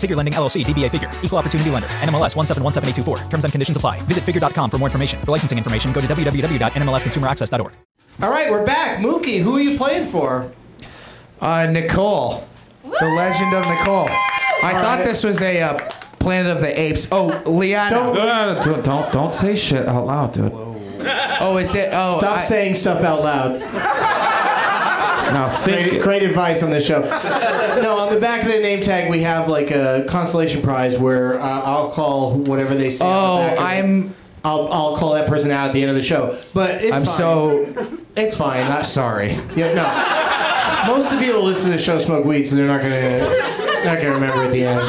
Speaker 11: Figure Lending LLC, DBA Figure, Equal Opportunity Lender, NMLS 1717824. Terms and conditions apply. Visit figure.com for more information. For licensing information, go to www.nmlsconsumeraccess.org.
Speaker 2: All right, we're back. Mookie, who are you playing for?
Speaker 3: Uh, Nicole, the legend of Nicole. I
Speaker 2: All
Speaker 3: thought
Speaker 2: right.
Speaker 3: this was a uh, Planet of the Apes. Oh, Liana.
Speaker 6: Don't, don't, don't, don't say shit out loud, dude.
Speaker 3: Oh, is it? Oh,
Speaker 2: Stop
Speaker 3: I-
Speaker 2: saying stuff out loud.
Speaker 6: Now think.
Speaker 2: Great,
Speaker 6: it.
Speaker 2: great advice on this show. (laughs) No, on the back of the name tag, we have like a consolation prize where uh, I'll call whatever they say.
Speaker 3: Oh,
Speaker 2: on the back of it.
Speaker 3: I'm-
Speaker 2: I'll, I'll call that person out at the end of the show. But it's
Speaker 3: I'm
Speaker 2: fine.
Speaker 3: so
Speaker 2: It's fine. I,
Speaker 3: sorry.
Speaker 2: yeah, no. Most of the people who listen to the show smoke weed, so they're not gonna not gonna remember at the end.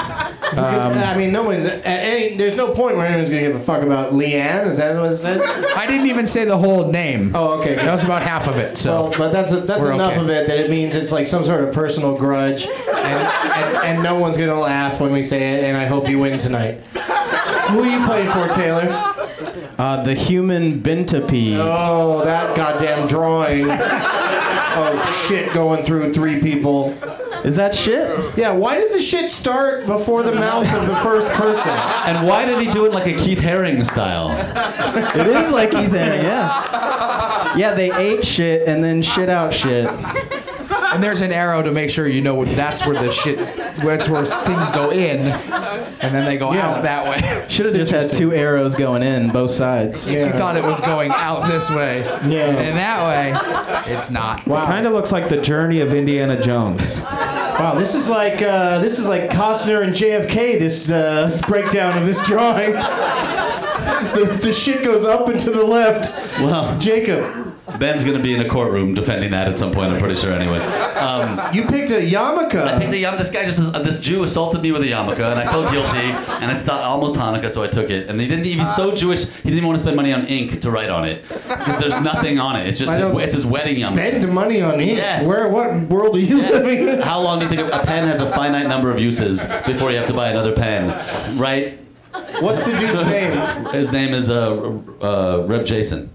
Speaker 3: Um,
Speaker 2: I mean, no one's at any. There's no point where anyone's gonna give a fuck about Leanne. Is that what it said?
Speaker 3: I didn't even say the whole name.
Speaker 2: Oh, okay.
Speaker 3: That was about half of it. So
Speaker 2: Well, but that's that's
Speaker 3: We're
Speaker 2: enough
Speaker 3: okay.
Speaker 2: of it that it means it's like some sort of personal grudge, and, and, and no one's gonna laugh when we say it. And I hope you win tonight. Who are you playing for, Taylor?
Speaker 4: Uh, the human bintapede.
Speaker 2: Oh, that goddamn drawing of shit going through three people.
Speaker 4: Is that shit?
Speaker 2: Yeah, why does the shit start before the mouth of the first person?
Speaker 5: And why did he do it like a Keith Haring style?
Speaker 4: It is like Ethan, yeah. Yeah, they ate shit and then shit out shit.
Speaker 3: and there's an arrow to make sure you know that's where the shit, that's where things go in, and then they go out that way. (laughs)
Speaker 4: Should have just had two arrows going in both sides.
Speaker 3: She thought it was going out this way,
Speaker 2: Yeah.
Speaker 3: and that way, it's not.
Speaker 6: Kind of looks like the journey of Indiana Jones.
Speaker 2: Wow, this is like uh, this is like Costner and JFK. This uh, breakdown of this drawing. (laughs) the, the shit goes up and to the left.
Speaker 5: Well,
Speaker 2: Jacob,
Speaker 5: Ben's gonna be in a courtroom defending that at some point. I'm pretty sure anyway. Um,
Speaker 2: you picked a
Speaker 5: I picked
Speaker 2: yarmulke.
Speaker 5: a yarmulke. This guy just, uh, this Jew assaulted me with a yarmulke, and I felt guilty. And it's not almost Hanukkah, so I took it. And he didn't even so Jewish. He didn't want to spend money on ink to write on it because there's nothing on it. It's just
Speaker 2: I
Speaker 5: his,
Speaker 2: don't
Speaker 5: it's his wedding yarmulke.
Speaker 2: Spend money on ink.
Speaker 5: Yes.
Speaker 2: Where? What world are you living in?
Speaker 5: How long do you think a pen has a finite number of uses before you have to buy another pen, right?
Speaker 2: What's
Speaker 5: (laughs)
Speaker 2: the dude's name?
Speaker 5: His name is uh, uh, Reb Jason.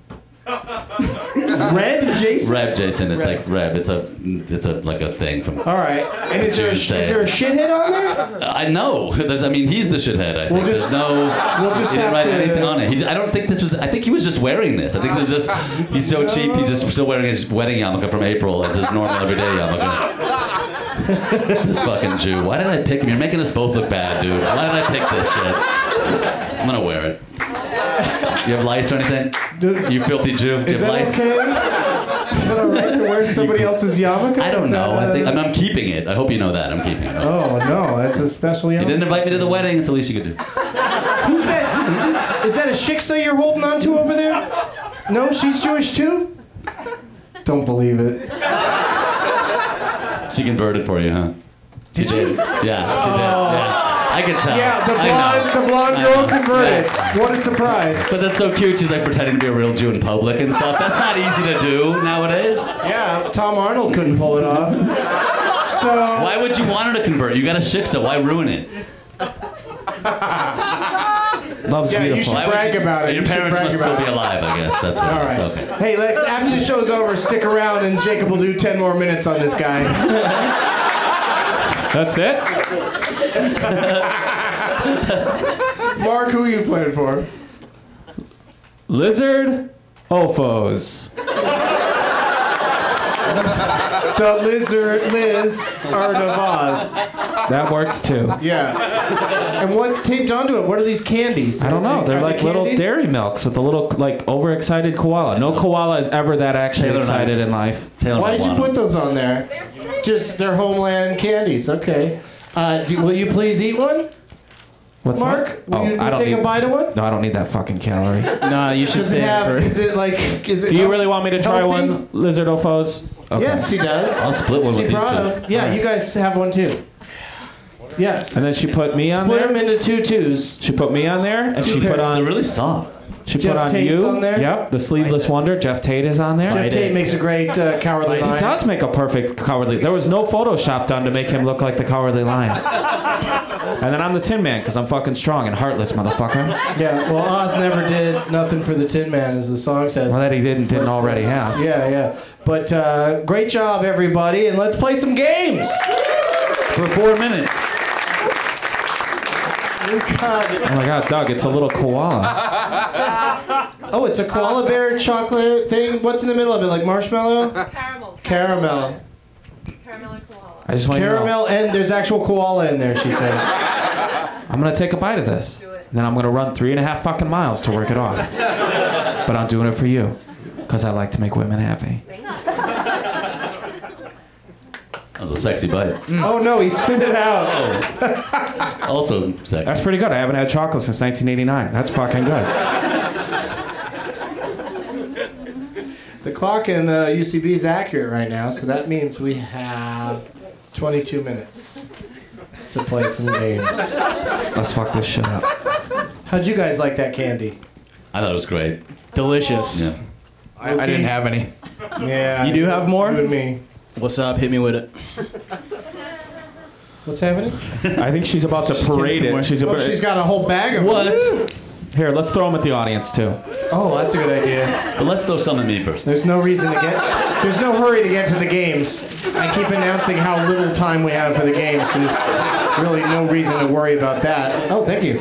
Speaker 2: Red Jason.
Speaker 5: Reb Jason. It's like Reb. It's a it's a like a thing from.
Speaker 2: All right. And is there, a, is there a shithead on there?
Speaker 5: Uh, I know. There's, I mean, he's the shithead. I think.
Speaker 2: We'll just-
Speaker 5: There's no.
Speaker 2: We'll just
Speaker 5: He didn't
Speaker 2: have
Speaker 5: write
Speaker 2: to.
Speaker 5: anything on it. He, j- I don't think this was. I think he was just wearing this. I think there's just. He's so cheap. He's just still wearing his wedding yarmulke from April as his normal everyday yarmulke.
Speaker 2: (laughs)
Speaker 5: this fucking Jew. Why did I pick him? You're making us both look bad, dude. Why did I pick this shit? I'm gonna wear it. You have lice or anything?
Speaker 2: Dude,
Speaker 5: You filthy Jew. Do you have
Speaker 2: Is that
Speaker 5: lice?
Speaker 2: okay? Is that all right to wear somebody else's yarmulke?
Speaker 5: I don't
Speaker 2: Is that,
Speaker 5: know. I think
Speaker 2: uh,
Speaker 5: I'm, I'm keeping it. I hope you know that. I'm keeping it.
Speaker 2: Oh no, that's a special yarmulke.
Speaker 5: You didn't invite me to the wedding. It's the least you could do.
Speaker 2: Who's that? Is that a shiksa you're holding on to over there? No, she's Jewish too? Don't believe it.
Speaker 5: She converted for you, huh? She did. Yeah, she did. Yeah. I could tell.
Speaker 2: Oh. Yeah, the
Speaker 5: I know.
Speaker 2: blonde, the blonde
Speaker 5: I
Speaker 2: girl
Speaker 5: know.
Speaker 2: converted.
Speaker 5: Yeah.
Speaker 2: What a surprise.
Speaker 5: But that's so cute. She's like pretending to be a real Jew in public and stuff. That's not easy to do nowadays.
Speaker 2: Yeah, Tom Arnold couldn't pull it off. So,
Speaker 5: Why would you want her to convert? You got a shiksa. Why ruin it?
Speaker 4: Love's
Speaker 2: yeah, you should
Speaker 4: beautiful.
Speaker 5: Why would
Speaker 2: brag
Speaker 5: you just-
Speaker 2: about it.
Speaker 5: Your
Speaker 2: You should
Speaker 5: parents
Speaker 2: brag
Speaker 5: must still
Speaker 2: about
Speaker 5: be
Speaker 2: it.
Speaker 5: alive, I guess. That's what
Speaker 2: All
Speaker 5: it is.
Speaker 2: right.
Speaker 5: Okay.
Speaker 2: Hey, Lex, after the show's over, stick around and Jacob will do 10 more minutes on this guy.
Speaker 6: That's it?
Speaker 2: Mark, who are you playing for?
Speaker 6: Lizard Ofos.
Speaker 2: The lizard Liz Art of Oz.
Speaker 6: That works too.
Speaker 2: Yeah. And what's taped onto it? What are these candies?
Speaker 6: I don't know. They're
Speaker 2: Are they
Speaker 6: like little
Speaker 2: candies?
Speaker 6: dairy milks with a little like overexcited koala. No koala is ever that actually
Speaker 5: Taylor and I-
Speaker 6: excited in life.
Speaker 5: Taylor
Speaker 2: Why did you
Speaker 5: Milano.
Speaker 2: put those on there? Just their homeland candies. Okay. Uh, do, will you please eat one?
Speaker 6: What's
Speaker 2: Mark?
Speaker 6: that?
Speaker 2: Will
Speaker 6: Oh,
Speaker 2: you
Speaker 6: I don't
Speaker 2: take
Speaker 6: need,
Speaker 2: a bite of one?
Speaker 6: No, I don't need that fucking calorie. nah, you
Speaker 2: should Does it save it have- for- is it like- is it
Speaker 6: Do you
Speaker 2: health-
Speaker 6: really want me to try
Speaker 2: healthy?
Speaker 6: one, lizard ofos?
Speaker 2: Yes, she does.
Speaker 6: I'll split one
Speaker 2: She
Speaker 6: with these
Speaker 2: brought 'em.
Speaker 6: two.
Speaker 2: Yeah, you guys have one too. Yeah.
Speaker 6: And then she put me on
Speaker 2: Split
Speaker 6: there.
Speaker 2: 'em into two twos.
Speaker 6: She put me on there, and
Speaker 2: Two
Speaker 6: she
Speaker 2: pairs.
Speaker 6: put on
Speaker 5: really soft.
Speaker 6: She
Speaker 2: Jeff
Speaker 6: put on
Speaker 2: Tate's
Speaker 6: you.
Speaker 2: on there.
Speaker 6: Yep, the sleeveless wonder. Jeff Tate is on there.
Speaker 2: Jeff Tate makes a great uh, cowardly
Speaker 6: He
Speaker 2: lion.
Speaker 6: does make a perfect cowardly. There was no Photoshop done to make him look like the cowardly lion. And then I'm the Tin Man because I'm fucking strong and heartless, motherfucker.
Speaker 2: Yeah. Well, Oz never did nothing for the Tin Man, as the song says.
Speaker 6: Well, that he didn't didn't already have.
Speaker 2: Yeah, yeah. But uh, great job, everybody, and let's play some games.
Speaker 6: For four minutes.
Speaker 2: God.
Speaker 6: Oh my God, Doug, it's a little koala.
Speaker 2: Oh, it's a koala bear chocolate thing. What's in the middle of it? Like marshmallow?
Speaker 6: (laughs)
Speaker 2: Caramel. Caramel.
Speaker 6: I just want you to know.
Speaker 2: Caramel, and there's actual koala in there.
Speaker 6: (laughs)
Speaker 2: She says.
Speaker 6: I'm gonna take a bite of this. Then I'm gonna run three and a half fucking miles to work it off. But I'm doing it for you, cause I like to make women happy.
Speaker 5: That was a sexy bite.
Speaker 2: Oh no, he spit it out.
Speaker 5: Also sexy.
Speaker 6: That's pretty good. I haven't had chocolate since 1989. That's fucking good.
Speaker 2: The clock in the UCB is accurate right now, so that means we have 22 minutes to play some games.
Speaker 6: Let's fuck this shit up.
Speaker 2: How'd you guys like that candy?
Speaker 5: I thought it was great.
Speaker 4: Delicious.
Speaker 5: Yeah.
Speaker 3: I, I didn't have any.
Speaker 2: Yeah.
Speaker 4: You do have more?
Speaker 2: You and me.
Speaker 4: What's up? Hit me with it.
Speaker 2: What's happening?
Speaker 6: I think she's about to parade it. She's,
Speaker 2: Oh,
Speaker 6: about,
Speaker 2: she's got a whole bag of
Speaker 5: What?
Speaker 6: Here, let's throw them at the audience too.
Speaker 2: Oh, that's a good idea.
Speaker 5: But let's throw some at me
Speaker 2: (laughs)
Speaker 5: first.
Speaker 2: There's no reason to get. There's no hurry to get to the games. I keep announcing how little time we have for the games, so there's really no reason to worry about that. Oh, thank you.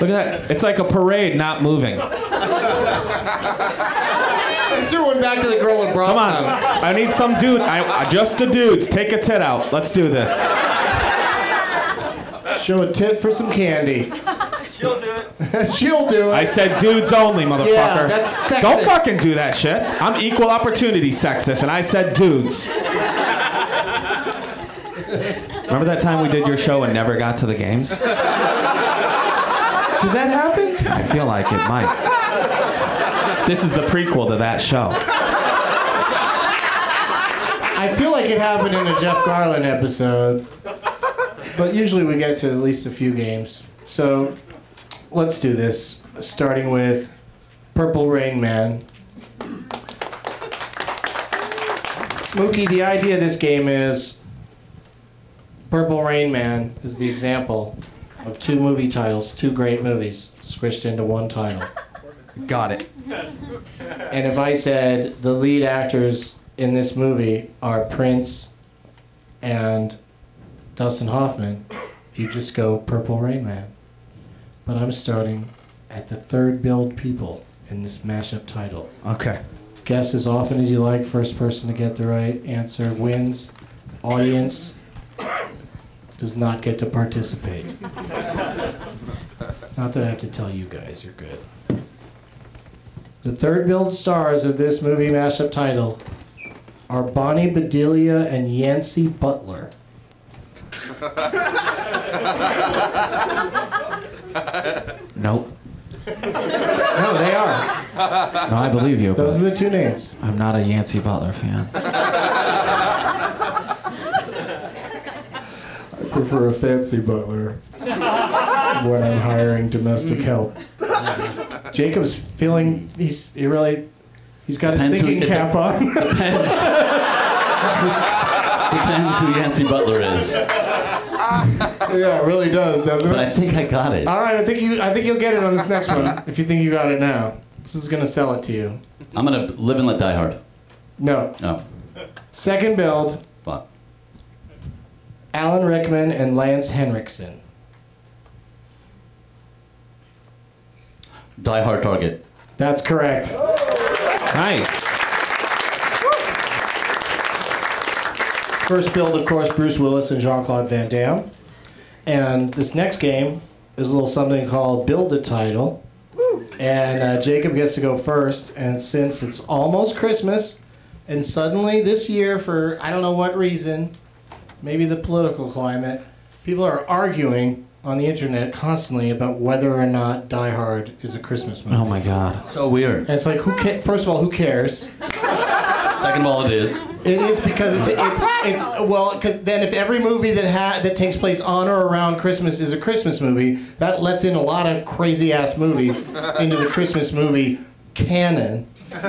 Speaker 6: Look at that. It's like a parade not moving.
Speaker 2: I threw one back to the girl in
Speaker 6: Come on. I need some dude. I, just the dudes. Take a tit out. Let's do this.
Speaker 2: Show a tit for some candy. (laughs) She'll do it.
Speaker 6: I said dudes only, motherfucker.
Speaker 2: Yeah, that's sexist.
Speaker 6: Don't fucking do that shit. I'm equal opportunity sexist, and I said dudes. Remember that time we did your show and never got to the games?
Speaker 2: Did that happen?
Speaker 6: (laughs) I feel like it might. This is the prequel to that show.
Speaker 2: I feel like it happened in a Jeff Garland episode, but usually we get to at least a few games. So let's do this, starting with Purple Rain Man. Mookie, the idea of this game is Purple Rain Man is the example of two movie titles, two great movies, squished into one title.
Speaker 3: Got it.
Speaker 2: And if I said the lead actors in this movie are Prince and Dustin Hoffman, you just go Purple Rain Man. But I'm starting at the third build people in this mashup title.
Speaker 3: Okay.
Speaker 2: Guess as often as you like. First person to get the right answer wins. Audience does not get to participate. Not that I have to tell you guys, you're good. The third billed stars of this movie mashup title are Bonnie Bedelia and Yancey Butler.
Speaker 6: Nope.
Speaker 2: No, they are.
Speaker 6: No, I believe you.
Speaker 2: Those
Speaker 6: But
Speaker 2: are the two names.
Speaker 6: I'm not a Yancey Butler fan.
Speaker 2: I prefer a fancy butler when I'm hiring domestic help. Jacob's feeling he's he really he's got his
Speaker 5: Depends who-
Speaker 2: thinking
Speaker 5: it
Speaker 2: cap on.
Speaker 5: (laughs) Depends who Yancey Butler is.
Speaker 2: yeah, it really does, doesn't
Speaker 5: But I think I got it.
Speaker 2: All right, I think you I think you'll get it on this next one if you think you got it now. This is gonna sell it to you.
Speaker 5: I'm gonna live and let die hard.
Speaker 2: No,
Speaker 5: Oh,
Speaker 2: second build.
Speaker 5: fuck.
Speaker 2: Alan Rickman and Lance Henriksen.
Speaker 5: Die hard target.
Speaker 2: That's correct.
Speaker 6: Nice.
Speaker 2: First build, of course, Bruce Willis and Jean Claude Van Damme. And this next game is a little something called Build a Title. And uh, Jacob gets to go first. And since it's almost Christmas And suddenly this year, for I don't know what reason, maybe the political climate, people are arguing on the internet constantly about whether or not Die Hard is a Christmas movie.
Speaker 6: Oh my god.
Speaker 5: So weird.
Speaker 2: And it's like, who ca- first of all, who cares?
Speaker 5: Second of all, it is.
Speaker 2: It is because it's, it, it's well, because then if every movie that ha- that takes place on or around Christmas is a Christmas movie, that lets in a lot of crazy ass movies into the Christmas movie canon. And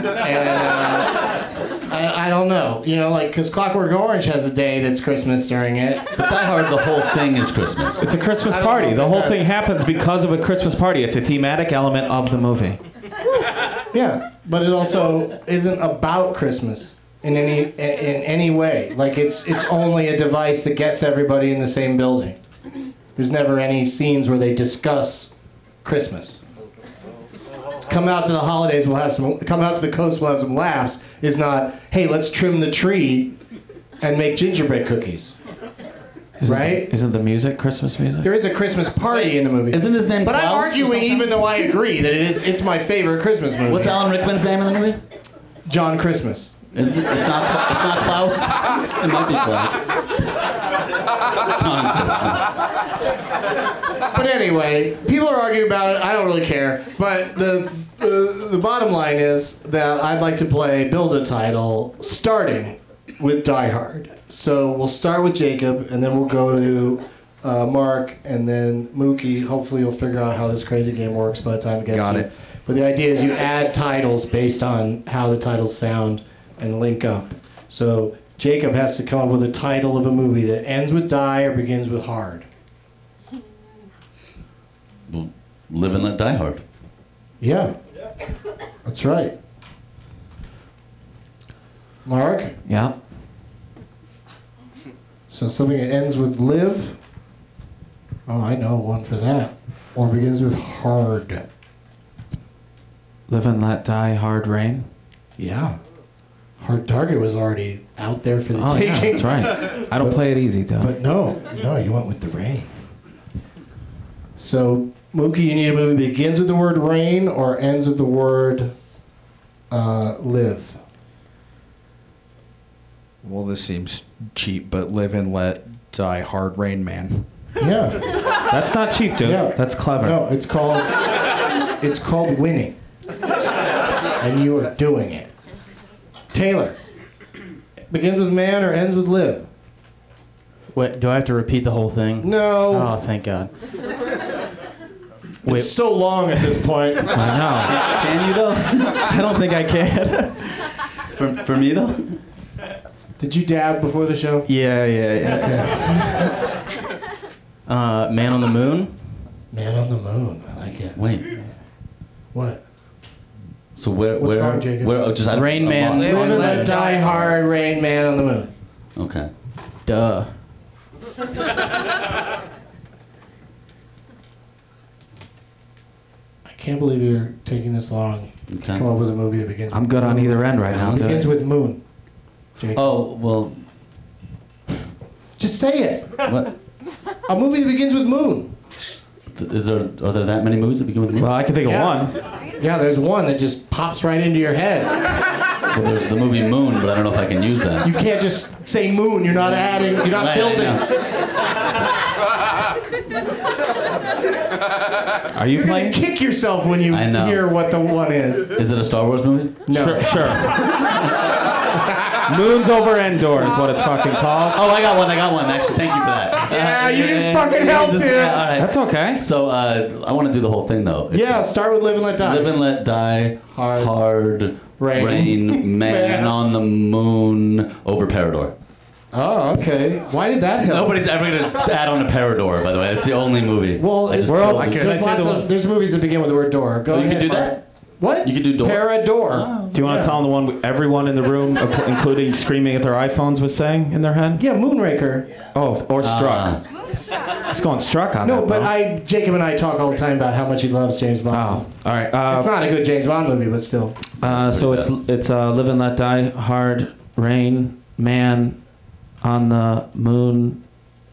Speaker 2: uh, I, I don't know, you know, like because Clockwork Orange has a day that's Christmas during it.
Speaker 5: But Die Hard, the whole thing is Christmas.
Speaker 6: It's a Christmas
Speaker 2: I don't
Speaker 6: party.
Speaker 2: know
Speaker 6: The
Speaker 2: if
Speaker 6: whole
Speaker 2: that-
Speaker 6: thing happens because of a Christmas party. It's a thematic element of the movie.
Speaker 2: Yeah, but it also isn't about Christmas in any in any way. Like it's it's only a device that gets everybody in the same building. There's never any scenes where they discuss Christmas. It's come out to the holidays. We'll have some. Come out to the coast. We'll have some laughs. Is not. Hey, let's trim the tree, and make gingerbread cookies. right?
Speaker 6: Isn't the music Christmas music?
Speaker 2: There is a Christmas party in the movie. Isn't
Speaker 5: his name?
Speaker 2: But I'm
Speaker 5: Klaus or
Speaker 2: arguing,
Speaker 5: something?
Speaker 2: even though I agree that it is. It's my favorite Christmas movie.
Speaker 5: What's Alan Rickman's name in the movie?
Speaker 2: John Christmas.
Speaker 5: Is it, it's not. Cla- It's not Klaus. It might be Klaus. John Christmas.
Speaker 2: But anyway, people are arguing about it. I don't really care. But the the, the bottom line is that I'd like to play build a title starting with Die Hard. So we'll start with Jacob, and then we'll go to uh, Mark, and then Mookie. Hopefully, you'll figure out how this crazy game works by the time it gets
Speaker 3: Got
Speaker 2: to you.
Speaker 3: it.
Speaker 2: But the idea is you add titles based on how the titles sound and link up. So Jacob has to come up with a title of a movie that ends with Die or begins with Hard.
Speaker 5: Live and let die hard.
Speaker 2: Yeah. That's right. Mark?
Speaker 6: Yeah.
Speaker 2: So something that ends with live? Oh, I know one for that. Or begins with hard.
Speaker 6: Live and let die. Hard rain.
Speaker 2: Yeah. Hard target was already out there for the
Speaker 6: Oh
Speaker 2: taking.
Speaker 6: yeah, that's right. I don't play it easy though.
Speaker 2: (laughs) But no, no, you went with the rain. So, Mookie, you need a movie that begins with the word rain or ends with the word uh, live.
Speaker 3: Well, this seems cheap, but live and let die hard rain man.
Speaker 2: Yeah.
Speaker 6: That's not cheap, dude.
Speaker 2: Yeah.
Speaker 6: That's clever.
Speaker 2: No, it's called it's called winning. And you are doing it. Taylor. Begins with man or ends with live?
Speaker 12: Wait, do I have to repeat the whole thing?
Speaker 2: No.
Speaker 12: Oh, thank God. Wait.
Speaker 2: It's so long at this point.
Speaker 6: I know.
Speaker 12: Can you though? (laughs) I don't think I can. for, for me though?
Speaker 2: Did you dab before the show?
Speaker 12: Yeah, yeah, yeah.
Speaker 6: (laughs)
Speaker 12: uh, Man on the Moon.
Speaker 2: Man on the moon. I like it.
Speaker 5: Wait.
Speaker 2: What?
Speaker 5: So where?
Speaker 2: What's
Speaker 5: where?
Speaker 2: wrong, Jacob?
Speaker 5: Where? Oh, just I,
Speaker 12: Rain
Speaker 5: I'm
Speaker 12: Man.
Speaker 5: lost.
Speaker 2: Live and let die hard, rain man on the moon.
Speaker 5: Okay.
Speaker 12: Duh.
Speaker 2: I can't believe you're taking this long to
Speaker 5: Okay.
Speaker 2: come up with a movie that begins
Speaker 6: I'm good on either end right now.
Speaker 2: It begins
Speaker 6: Dude.
Speaker 2: with moon. Jake.
Speaker 5: Oh well.
Speaker 2: Just say it.
Speaker 5: What?
Speaker 2: A movie that begins with moon.
Speaker 5: Th- Is there? Are there that many movies that begin with me?
Speaker 6: Well, Uh, I can think
Speaker 2: Yeah.
Speaker 6: of one.
Speaker 2: Yeah, there's one that just pops right into your head.
Speaker 5: Well, there's the movie Moon, but I don't know if I can use that.
Speaker 2: You can't just say moon. You're not adding. You're not
Speaker 5: Right, I know.
Speaker 2: building.
Speaker 6: Are you
Speaker 2: You're gonna
Speaker 6: playing?
Speaker 2: kick yourself when you
Speaker 5: I know.
Speaker 2: hear what the one is.
Speaker 5: Is it a Star Wars movie?
Speaker 2: No.
Speaker 6: Sure. sure. Moons over Endor is what it's fucking called.
Speaker 5: Oh, I got one. I got one. Actually, thank you for (laughs) that.
Speaker 2: Yeah, Ah, you just
Speaker 5: yeah,
Speaker 2: fucking helped
Speaker 5: just-
Speaker 2: it.
Speaker 5: yeah, all right.
Speaker 6: That's okay.
Speaker 5: So uh, I want to do the whole thing though. It's,
Speaker 2: Yeah, start with live and let
Speaker 5: uh,
Speaker 2: die.
Speaker 5: Live and let die.
Speaker 2: Hard.
Speaker 5: hard
Speaker 2: Rain.
Speaker 5: rain. man,
Speaker 2: (laughs) Man.
Speaker 5: on the moon over Parador.
Speaker 2: oh, okay. Why did that help?
Speaker 5: Nobody's ever gonna (laughs) add on to Parador. By the way, that's the only movie.
Speaker 2: Well,
Speaker 5: I
Speaker 2: it's,
Speaker 5: just-
Speaker 2: well,
Speaker 5: I
Speaker 2: there's,
Speaker 5: can-
Speaker 3: I say
Speaker 2: lots
Speaker 3: the
Speaker 2: of, there's movies that begin with the word door. Go
Speaker 5: Oh, you
Speaker 2: ahead.
Speaker 5: can do
Speaker 2: Mark.
Speaker 5: that.
Speaker 2: What?
Speaker 5: You can do door.
Speaker 2: Parador.
Speaker 5: Oh.
Speaker 6: Do you want to
Speaker 2: Yeah.
Speaker 6: tell them the one we- everyone in the room, inc- including screaming at their iPhones, was saying in their head?
Speaker 2: Yeah, Moonraker.
Speaker 6: Oh, or struck. it's going struck on
Speaker 2: No,
Speaker 6: that.
Speaker 2: but
Speaker 6: bro.
Speaker 2: I Jacob and I talk all the time about how much he loves James Bond.
Speaker 6: Oh, all right.
Speaker 2: It's
Speaker 6: Uh,
Speaker 2: not a good James Bond movie, but still.
Speaker 6: uh, so it's it's uh, live and let die, hard rain, man, on the moon,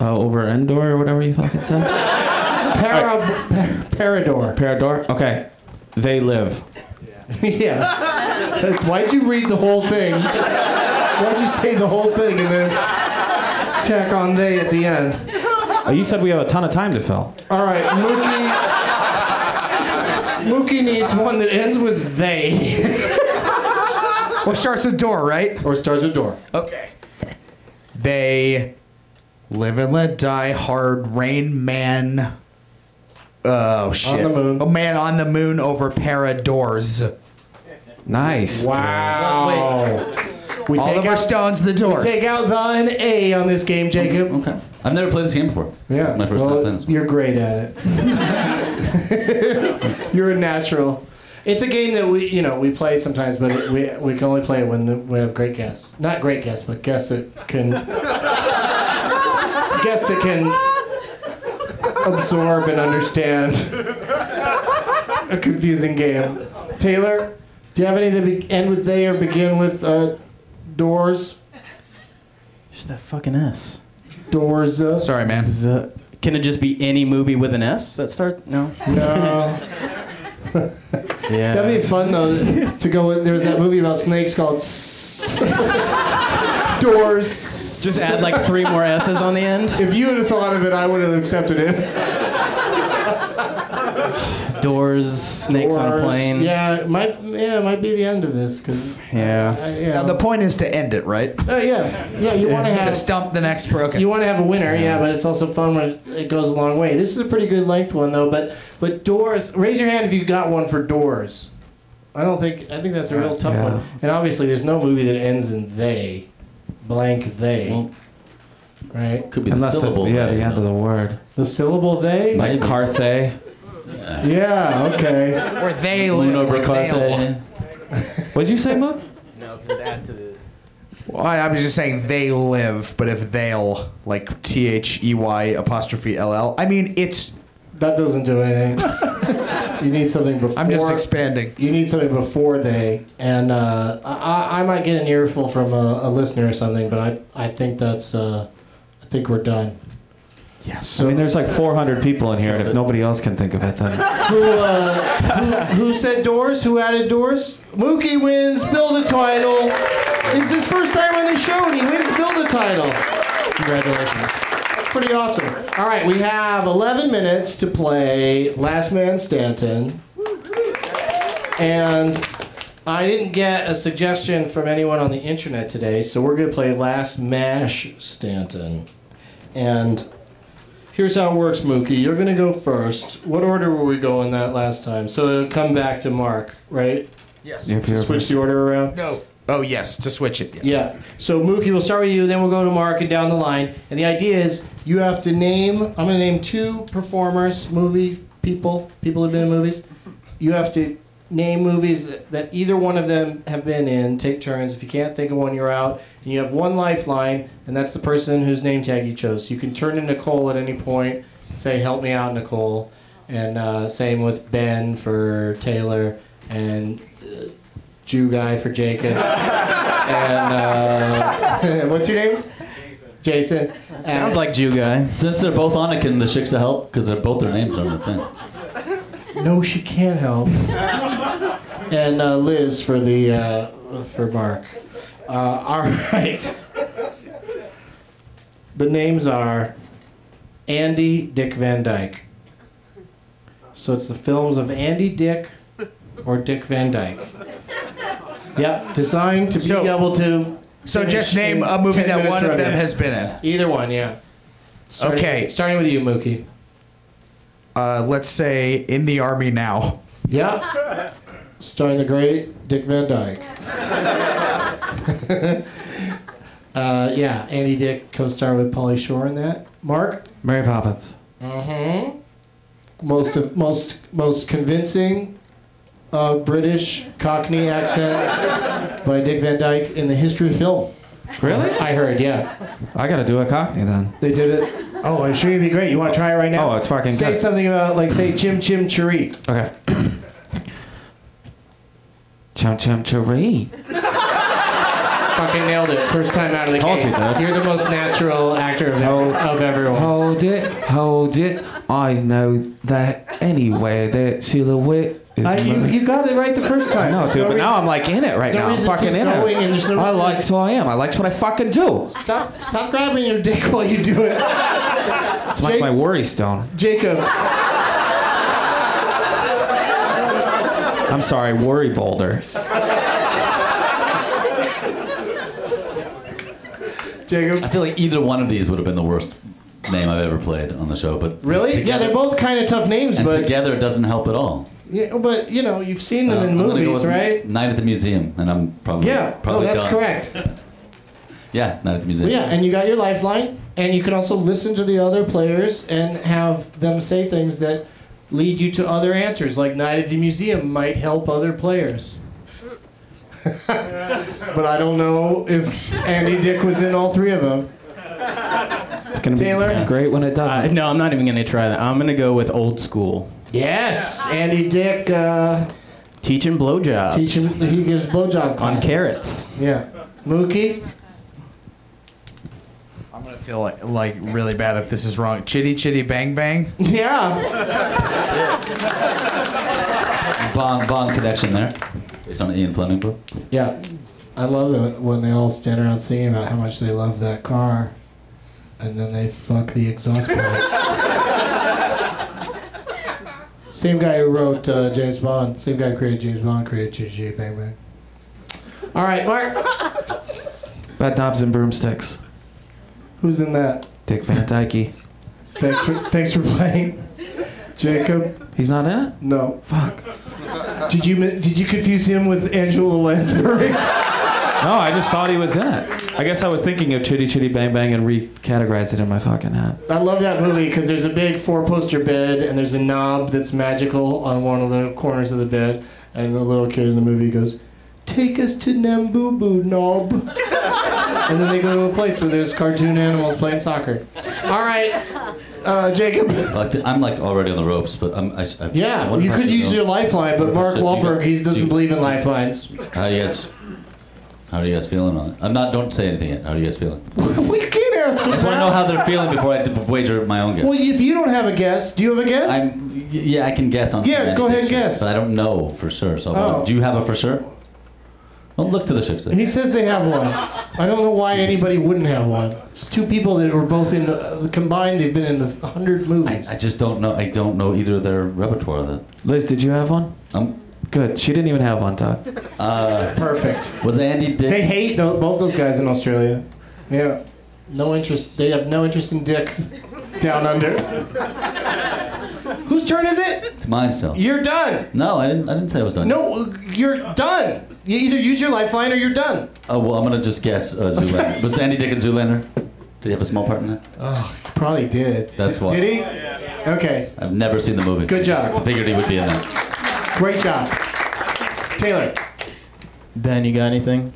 Speaker 6: uh, over Endor or whatever you fucking said.
Speaker 2: Para, par- Parador.
Speaker 6: Parador. Okay, they live.
Speaker 2: (laughs) yeah. That's- Why'd you read the whole thing? Why'd you say the whole thing and then tack on they at the end?
Speaker 6: Uh, you said we have a ton of time to fill.
Speaker 2: All right, Mookie. Mookie needs one that ends with they. (laughs)
Speaker 3: Or starts with door, right?
Speaker 2: Or starts with door.
Speaker 3: Okay. They live and let die hard. Rain man. Oh shit!
Speaker 2: the moon.
Speaker 3: A man on the moon over Paradors.
Speaker 6: Nice.
Speaker 2: Wow. We take
Speaker 3: Oliver
Speaker 2: out-
Speaker 3: Stone's the Doors.
Speaker 2: Take out thine A on this game, Jacob.
Speaker 5: Okay. I've never played this game before.
Speaker 2: Yeah.
Speaker 5: It's my first time
Speaker 2: well,
Speaker 5: playing this.
Speaker 2: you're great at it. (laughs) you're a natural. It's a game that we, you know, we play sometimes, but it, we, we can only play it when the, we have great guests. Not great guests, but guests that can guests that can absorb and understand a confusing game. Taylor, do you have anything to be- end with they or begin with uh, doors?
Speaker 12: Just that fucking S.
Speaker 2: Doors. Uh,
Speaker 3: Sorry, man.
Speaker 12: Z- Can it just be any movie with an S that start? No.
Speaker 2: No.
Speaker 12: (laughs)
Speaker 2: (laughs)
Speaker 12: Yeah.
Speaker 2: That'd be fun though to go with. There was that movie about snakes called Doors.
Speaker 12: Just add like three more S's on the end.
Speaker 2: If you would have thought of it, I would have accepted it.
Speaker 12: Doors, snakes on a
Speaker 2: Doors.
Speaker 12: plane.
Speaker 2: Yeah, it might yeah it might be the end of this because
Speaker 12: Yeah.
Speaker 2: yeah.
Speaker 3: Now the point is to end it, right?
Speaker 2: Oh, yeah, yeah. You want to
Speaker 3: To
Speaker 2: have
Speaker 3: stump the next broken.
Speaker 2: you want to have a winner, yeah, but it's also fun when it goes a long way. This is a pretty good length one though, but but doors. Raise your hand if you got one for doors. I don't think I think that's a real tough
Speaker 6: Yeah.
Speaker 2: one. And obviously, there's no movie that ends in they, blank they,
Speaker 5: Well,
Speaker 2: right?
Speaker 5: could be the
Speaker 6: it's-
Speaker 5: syllable.
Speaker 6: yeah,
Speaker 5: right,
Speaker 6: the
Speaker 5: you
Speaker 6: end
Speaker 5: know.
Speaker 6: of the word.
Speaker 2: The syllable they?
Speaker 6: Like Carthay.
Speaker 2: Yeah, okay.
Speaker 3: or they live
Speaker 5: Moon over
Speaker 3: like they'll.
Speaker 5: Carthay.
Speaker 6: What'd you say, Mook?
Speaker 3: Well, I I was just saying they live, but if they'll like T H E Y apostrophe L L. I mean, it's.
Speaker 2: That doesn't do anything. you need something before.
Speaker 3: I'm just expanding.
Speaker 2: You need something before they. And uh, I- I, I might get an earful from a, a listener or something, but I, I think that's. Uh, I think we're done.
Speaker 3: Yes.
Speaker 6: I mean, there's like 400 people in here, and if nobody else can think of it, then
Speaker 2: Who, uh, who, who said doors? Who added doors? Mookie wins, build a title. It's his first time on the show, and he wins, build a title. Congratulations. That's pretty awesome. All right, we have 11 minutes to play Last Man Stanton. And I didn't get a suggestion from anyone on the internet today, so we're going to play Last Mash Stanton. And here's how it works, Mookie. You're going to go first. What order were we going that last time? So it'll come back to Mark, right?
Speaker 3: Yes.
Speaker 6: if you're
Speaker 2: Switch the order around?
Speaker 3: No. Oh yes, to switch it.
Speaker 2: Yeah. So Mookie, we'll start with you, then we'll go to Mark and down the line. And the idea is you have to name. I'm gonna name two performers, movie people, people who've been in movies. You have to name movies that- that either one of them have been in. Take turns. If you can't think of one, you're out. And you have one lifeline, and that's the person whose name tag you chose. You can turn to Nicole at any point. Say, "Help me out, Nicole." And uh, same with Ben for Taylor and uh, Jew guy for Jacob. And uh, what's your name? Jason. Jason.
Speaker 12: Sounds like Jew guy.
Speaker 5: Since they're both on it, can the Shiksa help? Because they're both their names are on the thing.
Speaker 2: no, she can't help. and uh, Liz for the uh, for Mark. Uh, all right. The names are Andy Dick Van Dyke. So it's the films of Andy Dick or Dick Van Dyke. Yep, designed to be
Speaker 3: So-
Speaker 2: able to.
Speaker 3: So just
Speaker 2: finish
Speaker 3: name
Speaker 2: in
Speaker 3: a movie
Speaker 2: 10
Speaker 3: that
Speaker 2: minutes
Speaker 3: one
Speaker 2: or
Speaker 3: of them
Speaker 2: under.
Speaker 3: has been in.
Speaker 2: Either one, yeah. Starting-
Speaker 3: Okay.
Speaker 2: Starting with you, Mookie.
Speaker 3: Uh, let's say in the army now.
Speaker 2: Yeah. Starring the great Dick Van Dyke. uh, yeah, Andy Dick co-starred with Pauly Shore in that. Mark,
Speaker 6: Mary Poppins.
Speaker 2: most of, most most convincing uh, British Cockney accent by Dick Van Dyke in the history of film.
Speaker 6: Really?
Speaker 2: I heard, yeah,
Speaker 6: I gotta do a Cockney then.
Speaker 2: they did it. Oh, I'm sure you'd be great. You want to try it right now?
Speaker 6: Oh, it's fucking
Speaker 2: Say
Speaker 6: good.
Speaker 2: something about like say Chim Chim Cheree.
Speaker 6: Okay. (coughs) Chum chum cheree.
Speaker 2: Fucking nailed it. First time out of the
Speaker 6: Told
Speaker 2: gate.
Speaker 6: you, dude.
Speaker 2: You're the most natural actor of,
Speaker 6: Hold-
Speaker 2: of everyone.
Speaker 6: Hold it, hold it. I know that anywhere that silhouette is
Speaker 2: I- you-
Speaker 6: moving.
Speaker 2: you got it right the first time.
Speaker 6: I know, dude.
Speaker 2: No
Speaker 6: But now
Speaker 2: reason-
Speaker 6: I'm like in it right
Speaker 2: there's no
Speaker 6: now. I'm
Speaker 2: reason to
Speaker 6: fucking
Speaker 2: keep
Speaker 6: in
Speaker 2: going and
Speaker 6: it.
Speaker 2: there's no
Speaker 6: I
Speaker 2: reason-
Speaker 6: likes who I am. I likes what I fucking do.
Speaker 2: Stop, stop grabbing your dick while you do it. (laughs)
Speaker 6: It's like my worry stone.
Speaker 2: Jacob,
Speaker 6: I'm sorry, worry boulder.
Speaker 2: Jacob.
Speaker 5: I feel like either one of these would have been the worst name I've ever played on the show, but
Speaker 2: really? yeah, they're both kind of tough names,
Speaker 5: and
Speaker 2: but
Speaker 5: together it doesn't help at all.
Speaker 2: yeah, but you know you've seen
Speaker 6: Uh,
Speaker 2: them in
Speaker 5: I'm gonna go
Speaker 2: movies,
Speaker 5: with
Speaker 2: right?
Speaker 5: Night at the Museum, and I'm probably
Speaker 2: Yeah.
Speaker 5: probably
Speaker 2: no, that's
Speaker 5: done.
Speaker 2: correct.
Speaker 5: Yeah, Night at the Museum.
Speaker 2: Well, yeah, and you got your lifeline, and you can also listen to the other players and have them say things that lead you to other answers. Like Night at the Museum might help other players. (laughs) but I don't know if Andy Dick was in all three of them.
Speaker 4: It's gonna be great when it
Speaker 6: Uh,
Speaker 4: doesn't. no, I'm not even gonna try that. I'm gonna go with old school.
Speaker 2: Yes, Andy Dick. Uh,
Speaker 4: Teaching blowjobs.
Speaker 2: teach him. He gives blowjob classes.
Speaker 4: On carrots.
Speaker 2: Yeah, Mookie. (laughs)
Speaker 3: I'm gonna feel like, like really bad if this is wrong. Chitty chitty bang bang.
Speaker 2: Yeah.
Speaker 5: Bond Bond connection there, based on Ian Fleming book.
Speaker 2: Yeah, I love it when they all stand around singing about how much they love that car, and then they fuck the exhaust pipe. same guy who wrote uh, James Bond, same guy who created James Bond, created Chitty Chitty Bang Bang. All right, Mark,
Speaker 6: Bad knobs and broomsticks.
Speaker 2: who's in that?
Speaker 6: Dick Van Dyke.
Speaker 2: Thanks for thanks for playing, Jacob.
Speaker 6: He's not in it.
Speaker 2: No. Fuck. Did you mi- did you confuse him with Angela Lansbury?
Speaker 6: No, I just thought he was in it. I guess I was thinking of Chitty Chitty Bang Bang and recategorized it in my fucking head.
Speaker 2: I love that movie because there's a big four poster bed and there's a knob that's magical on one of the corners of the bed, and the little kid in the movie goes, "Take us to Nambubu knob," (laughs) and then they go to a place where there's cartoon animals playing soccer. All right, uh, Jacob. (laughs)
Speaker 5: Like the, I'm like already on the ropes, but I'm. I, sh- I,
Speaker 2: Yeah,
Speaker 5: what if
Speaker 2: you
Speaker 5: I
Speaker 2: could
Speaker 5: should
Speaker 2: use
Speaker 5: go-
Speaker 2: your lifeline,
Speaker 5: what
Speaker 2: but
Speaker 5: if I should-
Speaker 2: Mark
Speaker 5: do you
Speaker 2: Wahlberg
Speaker 5: got-
Speaker 2: he
Speaker 5: do
Speaker 2: doesn't
Speaker 5: you-
Speaker 2: believe in lifelines. (laughs)
Speaker 5: How do you guys? How do you guys feeling on it? I'm not. Don't say anything yet. How do you guys feeling?
Speaker 2: we can't ask
Speaker 5: I
Speaker 2: him
Speaker 5: just want to know
Speaker 2: that.
Speaker 5: how they're feeling before I d- wager my own guess.
Speaker 2: Well, if you don't have a guess, do you have a guess?
Speaker 5: I'm. y- Yeah, I can guess on.
Speaker 2: Yeah,
Speaker 5: some
Speaker 2: go ahead and
Speaker 5: shit,
Speaker 2: guess.
Speaker 5: But I don't know for sure. So
Speaker 2: Oh.
Speaker 5: do you have a for sure? Don't look to the six.
Speaker 2: He says they have one. I don't know why anybody wouldn't have one. It's two people that were both in the, combined. They've been in the hundred movies.
Speaker 5: I just don't know. I don't know either of their repertoire. That
Speaker 6: Liz, did you have one?
Speaker 5: Um,
Speaker 6: Good. She didn't even have one, Todd.
Speaker 5: uh,
Speaker 2: Perfect.
Speaker 5: Was Andy Dick?
Speaker 2: They hate tho- both those guys in Australia. Yeah, no interest. They have no interest in dick down under. Whose turn is it?
Speaker 5: It's mine still.
Speaker 2: You're done.
Speaker 5: No, I didn't. I didn't say I was done.
Speaker 2: No, you're done. You either use your lifeline or you're done.
Speaker 5: Oh well, I'm gonna just guess uh, Zoolander. was Andy Dick in Zoolander? Did he have a small part in that?
Speaker 2: Oh, probably did.
Speaker 5: That's why.
Speaker 2: Did he? Okay.
Speaker 5: I've never seen the movie.
Speaker 2: Good job.
Speaker 5: I figured he would be in that.
Speaker 2: Great job, Taylor.
Speaker 12: Ben, you got anything?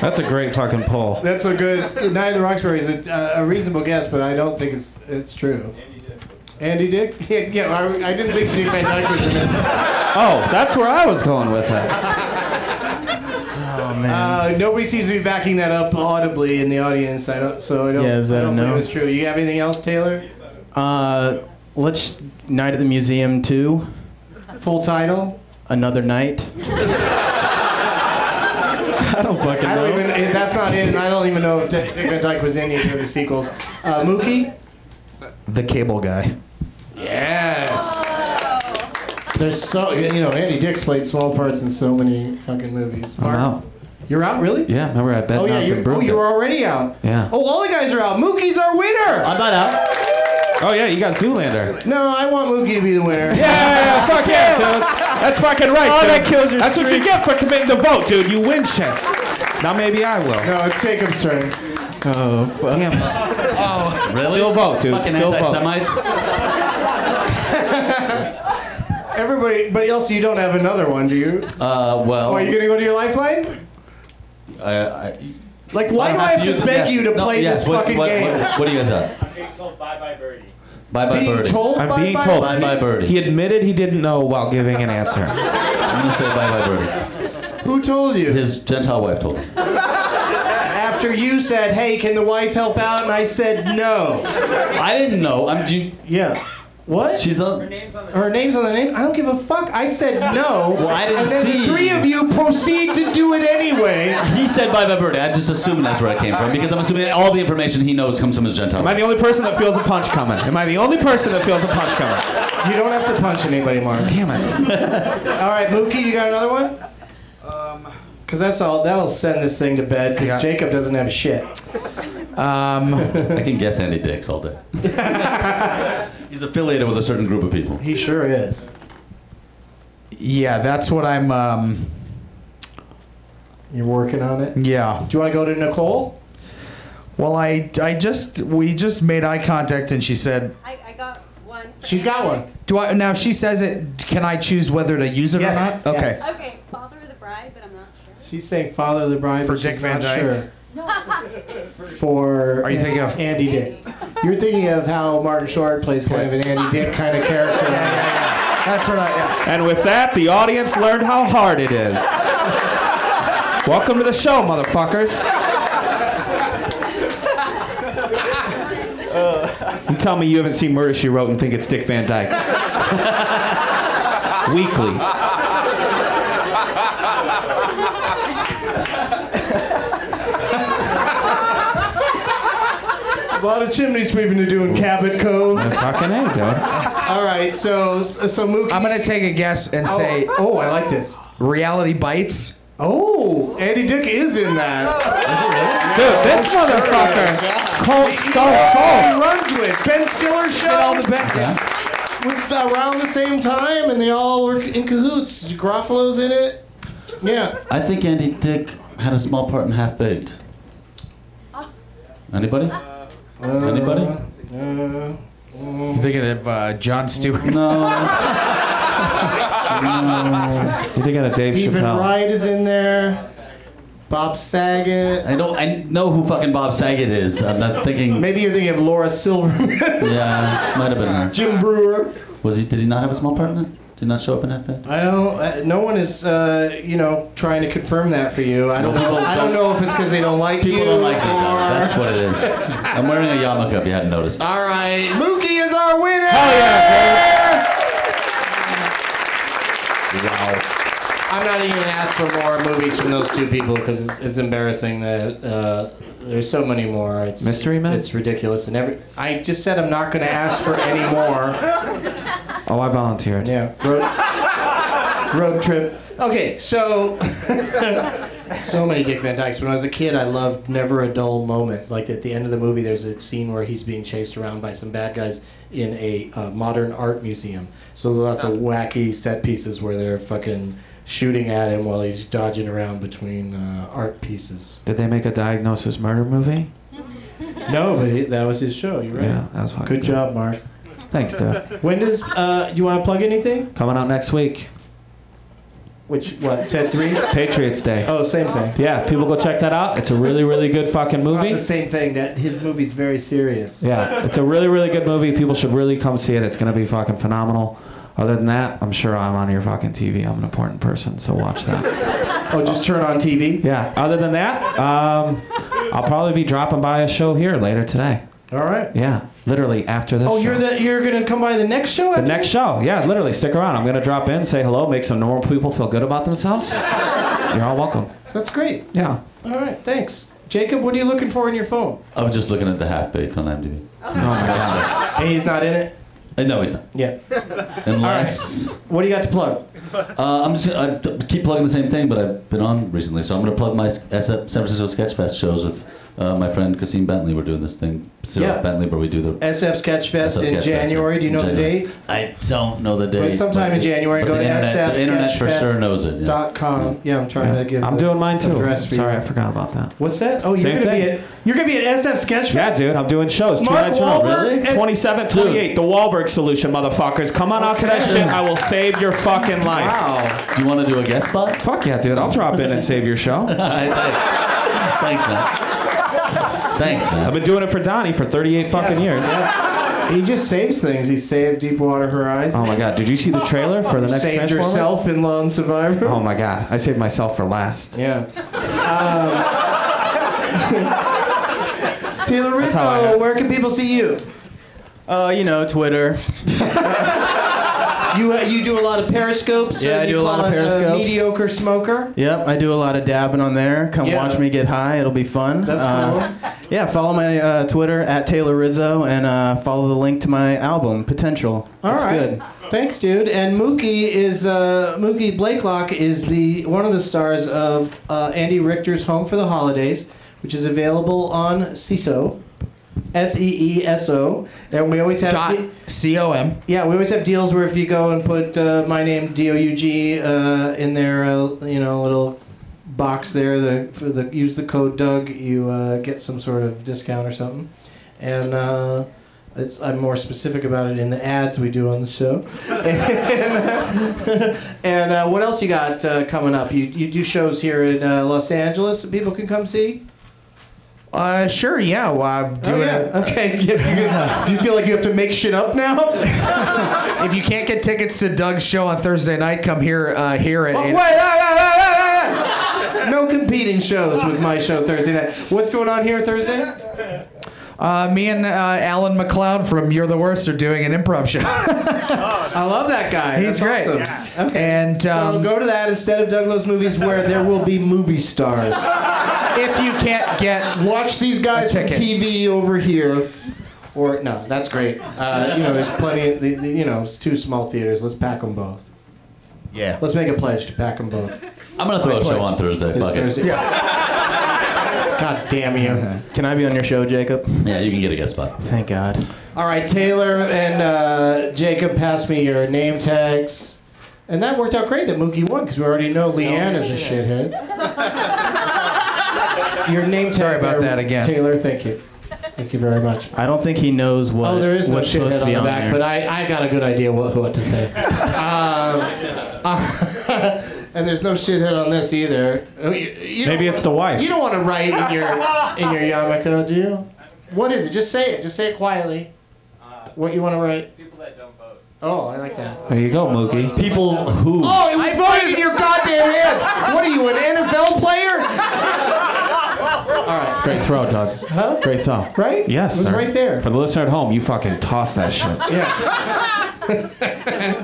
Speaker 6: That's a great fucking poll.
Speaker 2: That's a good. Night of the Roxbury is a, a reasonable guess, but I don't think it's it's true. Andy Dick. (laughs) Andy Dick? Yeah, I, I didn't think Dick Van Dyke was in it.
Speaker 6: Oh, that's where I was going with it.
Speaker 12: Oh
Speaker 2: Uh, nobody seems to be backing that up audibly in the audience. I don't. So I don't.
Speaker 12: Yeah, is that
Speaker 2: I
Speaker 12: a
Speaker 2: don't
Speaker 12: no?
Speaker 2: believe it's true. You have anything else, Taylor?
Speaker 12: Uh, let's night at the museum two.
Speaker 2: Full title.
Speaker 12: Another night. I don't fucking
Speaker 2: I don't
Speaker 12: know.
Speaker 2: even. If that's not in. I don't even know if Dick Van Dyke was in either of the sequels. Uh, Mookie.
Speaker 3: The cable guy.
Speaker 2: Yes. There's so you know Andy Dick's played small parts in so many fucking movies.
Speaker 6: I'm out.
Speaker 2: You're out really?
Speaker 6: Yeah, remember I bet
Speaker 2: oh yeah.
Speaker 6: knocked
Speaker 2: You're,
Speaker 6: and broomed
Speaker 2: oh, you were already out.
Speaker 6: it. Yeah.
Speaker 2: Oh, all the guys are out. Mookie's our winner.
Speaker 12: I'm not out.
Speaker 6: Oh yeah, you got Zoolander.
Speaker 2: No, I want Mookie to be the winner.
Speaker 6: Yeah, fuck yeah, dude. That's fucking right.
Speaker 12: Oh,
Speaker 6: dude.
Speaker 12: that kills your
Speaker 6: That's what you
Speaker 12: streak.
Speaker 6: get for committing to vote, dude. You win shit. Now maybe I will.
Speaker 2: No, it's Jacob's turn.
Speaker 12: Oh, fuck.
Speaker 6: Damn it.
Speaker 5: Really?
Speaker 6: Still vote, dude.
Speaker 5: Fucking
Speaker 6: Still vote.
Speaker 5: anti-Semites.
Speaker 2: Everybody, but also you don't have another one, do you?
Speaker 5: Uh, well,
Speaker 2: Oh, are you gonna go to your lifeline?
Speaker 5: I, I,
Speaker 2: Like, why
Speaker 5: I
Speaker 2: do I have to,
Speaker 5: use-
Speaker 2: beg
Speaker 5: yes,
Speaker 2: you to
Speaker 5: no,
Speaker 2: play
Speaker 5: yes,
Speaker 2: this
Speaker 5: what,
Speaker 2: fucking
Speaker 5: what,
Speaker 2: game?
Speaker 5: What, what do you guys have? Bye bye
Speaker 2: Being
Speaker 5: birdie.
Speaker 2: told
Speaker 6: I'm
Speaker 2: by
Speaker 6: being
Speaker 2: my-
Speaker 6: told.
Speaker 5: Bye bye birdie.
Speaker 6: He admitted he didn't know while giving an answer.
Speaker 5: I'm gonna say bye bye birdie.
Speaker 2: Who told you?
Speaker 5: His Gentile wife told him.
Speaker 2: After you said, "Hey, can the wife help out?" and I said, "No."
Speaker 5: I didn't know. I'm. Do you,
Speaker 2: Yeah. What?
Speaker 5: She's on.
Speaker 2: Her name's on the name. I don't give a fuck. I said no.
Speaker 5: Well, I didn't
Speaker 2: and then
Speaker 5: see.
Speaker 2: the three of you proceed to do it anyway.
Speaker 5: He said by Viberte. I'm just assuming that's where it came from because I'm assuming all the information he knows comes from his Gentile.
Speaker 6: Am I the only person that feels a punch coming? Am I the only person that feels a punch coming?
Speaker 2: You don't have to punch anybody, Mark.
Speaker 6: Damn it.
Speaker 2: (laughs) All right, Mookie, you got another one? Because that's all. That'll send this thing to bed. Because
Speaker 5: Yeah.
Speaker 2: Jacob doesn't have shit.
Speaker 5: Um, I can guess Andy Dix all day. He's affiliated with a certain group of people.
Speaker 2: He sure is.
Speaker 3: Yeah, that's what I'm. Um,
Speaker 2: You're working on it.
Speaker 3: Yeah.
Speaker 2: Do you want to go to Nicole?
Speaker 3: Well, I, I just we just made eye contact and she said
Speaker 2: she's got one.
Speaker 3: Do I now? if She says it. Can I choose whether to use it
Speaker 2: Yes.
Speaker 3: or not? Okay.
Speaker 2: Yes.
Speaker 7: Okay, Father of the Bride, but I'm not
Speaker 2: She's saying Father of the Bride
Speaker 3: For
Speaker 2: but
Speaker 3: Dick
Speaker 2: she's
Speaker 3: Van
Speaker 2: not
Speaker 3: Dyke?
Speaker 2: Sure.
Speaker 7: sure.
Speaker 2: For
Speaker 3: Are you thinking of-
Speaker 2: Andy Dick? You're thinking of how Martin Short plays kind of an Andy Dick kind of character.
Speaker 3: That's what I. Yeah.
Speaker 6: And with that, the audience learned how hard it is. Welcome to the show, motherfuckers. You tell me you haven't seen Murder She Wrote and think it's Dick Van Dyke. Weekly.
Speaker 2: A lot of chimney sweeping to do in Cabot Cove.
Speaker 3: (laughs)
Speaker 6: Fucking A, dude.
Speaker 2: All right, so so Mookie.
Speaker 3: I'm gonna take a guess and say.
Speaker 2: Oh, I like this.
Speaker 3: Reality bites.
Speaker 2: Oh, Andy Dick is in that.
Speaker 6: Dude, this motherfucker. Cold Stone
Speaker 2: Oh, He
Speaker 6: Cold.
Speaker 2: runs with Ben Stiller show. all the was around the same time, and they all were in cahoots. Garofalo's in it. Yeah.
Speaker 5: I think Andy Dick had a small part in Half Baked. Anybody? Anybody?
Speaker 2: Uh,
Speaker 3: You thinking of uh, John Stewart?
Speaker 5: (laughs) No.
Speaker 6: You think of Dave
Speaker 2: Stephen
Speaker 6: Chappelle?
Speaker 2: Wright is in there. Bob Saget.
Speaker 5: I don't. I know who fucking Bob Saget is. I'm not thinking.
Speaker 2: Maybe you're thinking of Laura Silverman. (laughs)
Speaker 5: Yeah, might have been her.
Speaker 2: Jim Brewer.
Speaker 5: Was he? Did he not have a small part in it? Did he not show up in Half Baked?
Speaker 2: I don't. Uh, no one is, uh, you know, trying to confirm that for you. I don't know.
Speaker 5: People
Speaker 2: I don't
Speaker 5: don't-
Speaker 2: know if it's because they don't like you.
Speaker 5: People don't like me. though.
Speaker 2: or-
Speaker 5: Oh That's what it is. I'm wearing a yarmulke. If you hadn't noticed.
Speaker 2: All right, Mookie is our winner.
Speaker 3: Wow.
Speaker 2: I'm not even gonna ask for more movies from those two people because it's, it's embarrassing that uh, there's so many more. It's
Speaker 6: Mystery Men?
Speaker 2: It's ridiculous, and every I just said I'm not gonna ask for any (laughs) more.
Speaker 6: Oh, I volunteered.
Speaker 2: Yeah. Road, road trip. Okay, so (laughs) so many Dick Van Dykes. When I was a kid, I loved Never a Dull Moment. Like at the end of the movie, there's a scene where he's being chased around by some bad guys in a uh, modern art museum. So there's lots of wacky set pieces where they're fucking shooting at him while he's dodging around between uh, art pieces.
Speaker 6: Did they make a diagnosis murder movie?
Speaker 2: No, but he, that was his show. You're right.
Speaker 6: Yeah, that was fucking
Speaker 2: Good job, Mark.
Speaker 6: Thanks, dude.
Speaker 2: When does uh, you want to plug anything?
Speaker 6: Coming out next week.
Speaker 2: Which what? Ted (laughs) three.
Speaker 6: Patriots Day.
Speaker 2: Oh, same thing.
Speaker 6: Yeah, people go check that out. It's a really, really good fucking movie.
Speaker 2: Not the same thing. That his movie's very serious.
Speaker 6: Yeah, it's a really, really good movie. People should really come see it. It's gonna be fucking phenomenal. Other than that, I'm sure I'm on your fucking TV. I'm an important person, so watch
Speaker 2: (laughs)
Speaker 6: that.
Speaker 2: Oh, just turn on TV.
Speaker 6: Yeah. Other than that, um, I'll probably be dropping by a show here later today.
Speaker 2: All right.
Speaker 6: Yeah, literally after this.
Speaker 2: Oh,
Speaker 6: show.
Speaker 2: you're the you're gonna come by the next show.
Speaker 6: the next show. Yeah, literally stick around. I'm gonna drop in, say hello, make some normal people feel good about themselves. You're all welcome.
Speaker 2: That's great.
Speaker 6: Yeah.
Speaker 2: All right. Thanks, Jacob. What are you looking for in your phone?
Speaker 5: I was just looking at the Half Baked on IMDb.
Speaker 6: Oh my god.
Speaker 2: And he's not in it.
Speaker 5: Uh, No, he's not.
Speaker 2: Yeah.
Speaker 5: Unless.
Speaker 2: What do you got to plug?
Speaker 5: Uh, I'm just gonna, I d- keep plugging the same thing, but I've been on recently, so I'm gonna plug my S- S- San Francisco Sketch Fest shows with uh, my friend Kasim Bentley. We're doing this thing, Cyril
Speaker 2: Yeah.
Speaker 5: Bentley, where we do the
Speaker 2: SF Sketch Fest
Speaker 5: SF
Speaker 2: in
Speaker 5: Sketch Fest
Speaker 2: January. Do you
Speaker 5: in
Speaker 2: know the
Speaker 5: January.
Speaker 2: date?
Speaker 5: I don't know the date.
Speaker 2: But sometime
Speaker 5: but
Speaker 2: in
Speaker 5: it-
Speaker 2: January,
Speaker 5: but
Speaker 2: go
Speaker 5: the
Speaker 2: to
Speaker 5: internet, the internet for sure knows it. Yeah.
Speaker 2: dot com. Yeah, I'm trying to give.
Speaker 6: I'm
Speaker 2: the
Speaker 6: doing mine too.
Speaker 2: Address for
Speaker 6: Sorry,
Speaker 2: you.
Speaker 6: I forgot about that.
Speaker 2: What's that? Oh, you're
Speaker 6: Same
Speaker 2: gonna be
Speaker 6: thing.
Speaker 2: at you're gonna be at SF Sketch
Speaker 6: Yeah,
Speaker 2: Fest.
Speaker 6: dude, I'm doing shows.
Speaker 2: Mark
Speaker 6: two nights in a row.
Speaker 2: Wahlberg Really? and-
Speaker 6: 27, 28, the Wahlberg solution, motherfuckers. Come on out to that shit. I will save your fucking life.
Speaker 2: Wow.
Speaker 5: Do you want to do a guest spot? (laughs)
Speaker 6: Fuck yeah, dude. I'll drop in and save
Speaker 12: (laughs)
Speaker 6: your show.
Speaker 5: Thanks, man. Thanks,
Speaker 6: I've
Speaker 5: man.
Speaker 6: been doing it for Donnie for 38 fucking years.
Speaker 2: He just saves things. He saved Deepwater Horizon.
Speaker 6: Oh my god, did you see the trailer for the next
Speaker 2: saved
Speaker 6: Transformers?
Speaker 2: yourself in Lone Survivor.
Speaker 6: Oh my god, I saved myself for last.
Speaker 2: Yeah. Um, (laughs) Taylor
Speaker 6: how I
Speaker 2: Rizzo,
Speaker 6: have-
Speaker 2: where can people see you?
Speaker 12: Oh, you know, Twitter.
Speaker 2: You uh, you do a lot of periscopes.
Speaker 12: Yeah,
Speaker 2: and
Speaker 12: I
Speaker 2: you
Speaker 12: do a lot
Speaker 2: call
Speaker 12: of
Speaker 2: it, uh,
Speaker 12: periscopes.
Speaker 2: mediocre smoker.
Speaker 12: Yep, I do a lot of dabbing on there. Come
Speaker 2: Yeah.
Speaker 12: watch me get high; it'll be fun.
Speaker 2: That's
Speaker 12: cool. Yeah, follow my uh, Twitter at Taylor Rizzo and uh, follow the link to my album Potential.
Speaker 2: All
Speaker 12: it's
Speaker 2: right.
Speaker 12: good.
Speaker 2: Thanks, dude. And Mookie is uh, Mookie Blakelock is the one of the stars of uh, Andy Richter's Home for the Holidays, which is available on CISO, S E E S O, and we always have
Speaker 3: Dot C O M.
Speaker 2: Yeah, we always have deals where if you go and put uh, my name D O U G uh, in their uh, you know little box there, the for the use the code Doug, you uh, get some sort of discount or something. And uh, it's I'm more specific about it in the ads we do on the show. (laughs) and and uh, what else you got uh, coming up? You you do shows here in uh, Los Angeles that people can come see. Oh,
Speaker 3: Uh, sure, Oh, yeah. Well, I'm doing
Speaker 2: yeah. Okay. (laughs) You, you feel like you have to make shit up now?
Speaker 3: if you can't get tickets to Doug's show on Thursday night, come here. Uh, here at.
Speaker 2: Oh, wait,
Speaker 3: eight-
Speaker 2: No competing shows with my show Thursday night. What's going on here Thursday?
Speaker 3: Uh, me and uh, Alan McLeod from You're the Worst are doing an improv show. (laughs) I
Speaker 2: love that guy.
Speaker 3: He's
Speaker 2: That's
Speaker 3: great.
Speaker 2: awesome.
Speaker 3: Okay. And um,
Speaker 2: go to that instead of Douglas movies where there will be movie stars.
Speaker 3: if you can't get
Speaker 2: watch these guys from TV over here. Or no, that's great. Uh, you know, there's plenty. Of, the, the- you know, it's two small theaters. Let's pack them both.
Speaker 3: Yeah.
Speaker 2: Let's make a pledge to pack them both.
Speaker 5: I'm gonna throw a show on Thursday.
Speaker 2: This
Speaker 5: Fuck it.
Speaker 2: Thursday. God damn
Speaker 3: Uh-huh.
Speaker 2: you.
Speaker 12: Can I be on your show, Jacob?
Speaker 5: Yeah, you can get a guest spot.
Speaker 12: Thank God.
Speaker 2: All right, Taylor and uh, Jacob, pass me your name tags. And that worked out great that Mookie won because we already know Leanne is a shithead. Your name tag.
Speaker 3: Sorry about
Speaker 2: there,
Speaker 3: that again.
Speaker 2: Taylor, thank you. Thank you very much.
Speaker 12: I don't think he knows what.
Speaker 2: oh, there is no
Speaker 12: what's supposed
Speaker 2: shithead
Speaker 12: to
Speaker 2: on
Speaker 12: be
Speaker 2: the
Speaker 12: on
Speaker 2: back,
Speaker 12: there.
Speaker 2: but I, I got a good idea what, what to say. um, (laughs) uh, and there's no shithead on this either. Oh, you- you don't
Speaker 6: Maybe it's the wife.
Speaker 2: you don't want to write in your in your yarmulke, do you? What is it? Just say it. Just say it quietly. What you want to write? Uh, People that don't vote. Oh, I like that.
Speaker 6: There you go, Mookie.
Speaker 5: People who.
Speaker 2: Oh, it was voted in your goddamn hands. What are you, an NFL player? (laughs) All right.
Speaker 6: Great throw, Doug.
Speaker 2: Huh?
Speaker 6: Great throw.
Speaker 2: Right?
Speaker 6: Yes,
Speaker 2: It was
Speaker 6: sir.
Speaker 2: right there.
Speaker 6: For the listener at home, you fucking toss that shit.
Speaker 2: (laughs) Yeah.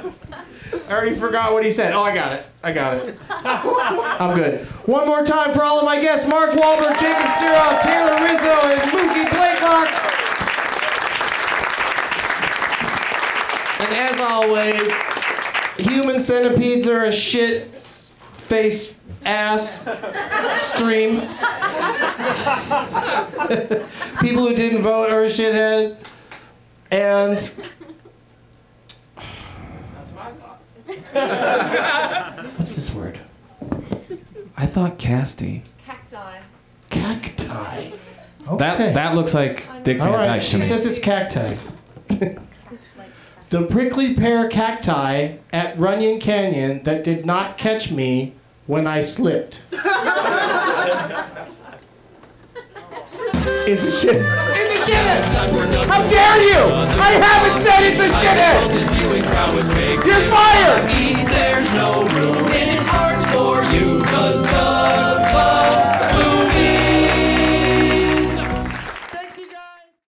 Speaker 2: I already forgot what he said. Oh, I got it. I got it. I'm good. One more time for all of my guests Mark Wahlberg, Jacob Siroff, Taylor Rizzo, and Mookie Blakelock. And as always, human centipedes are a shit face ass stream. (laughs) People who didn't vote are a shithead. And What's this word?
Speaker 6: I thought Casty.
Speaker 7: Cacti.
Speaker 2: Cacti.
Speaker 6: That that looks like Dick Van
Speaker 2: All
Speaker 6: Dyke
Speaker 2: right,
Speaker 6: to
Speaker 2: she
Speaker 6: me.
Speaker 2: says it's cacti. the prickly pear cacti at Runyon Canyon that did not catch me when I (laughs) slipped. Is a shit. Is a shit. How dare you? I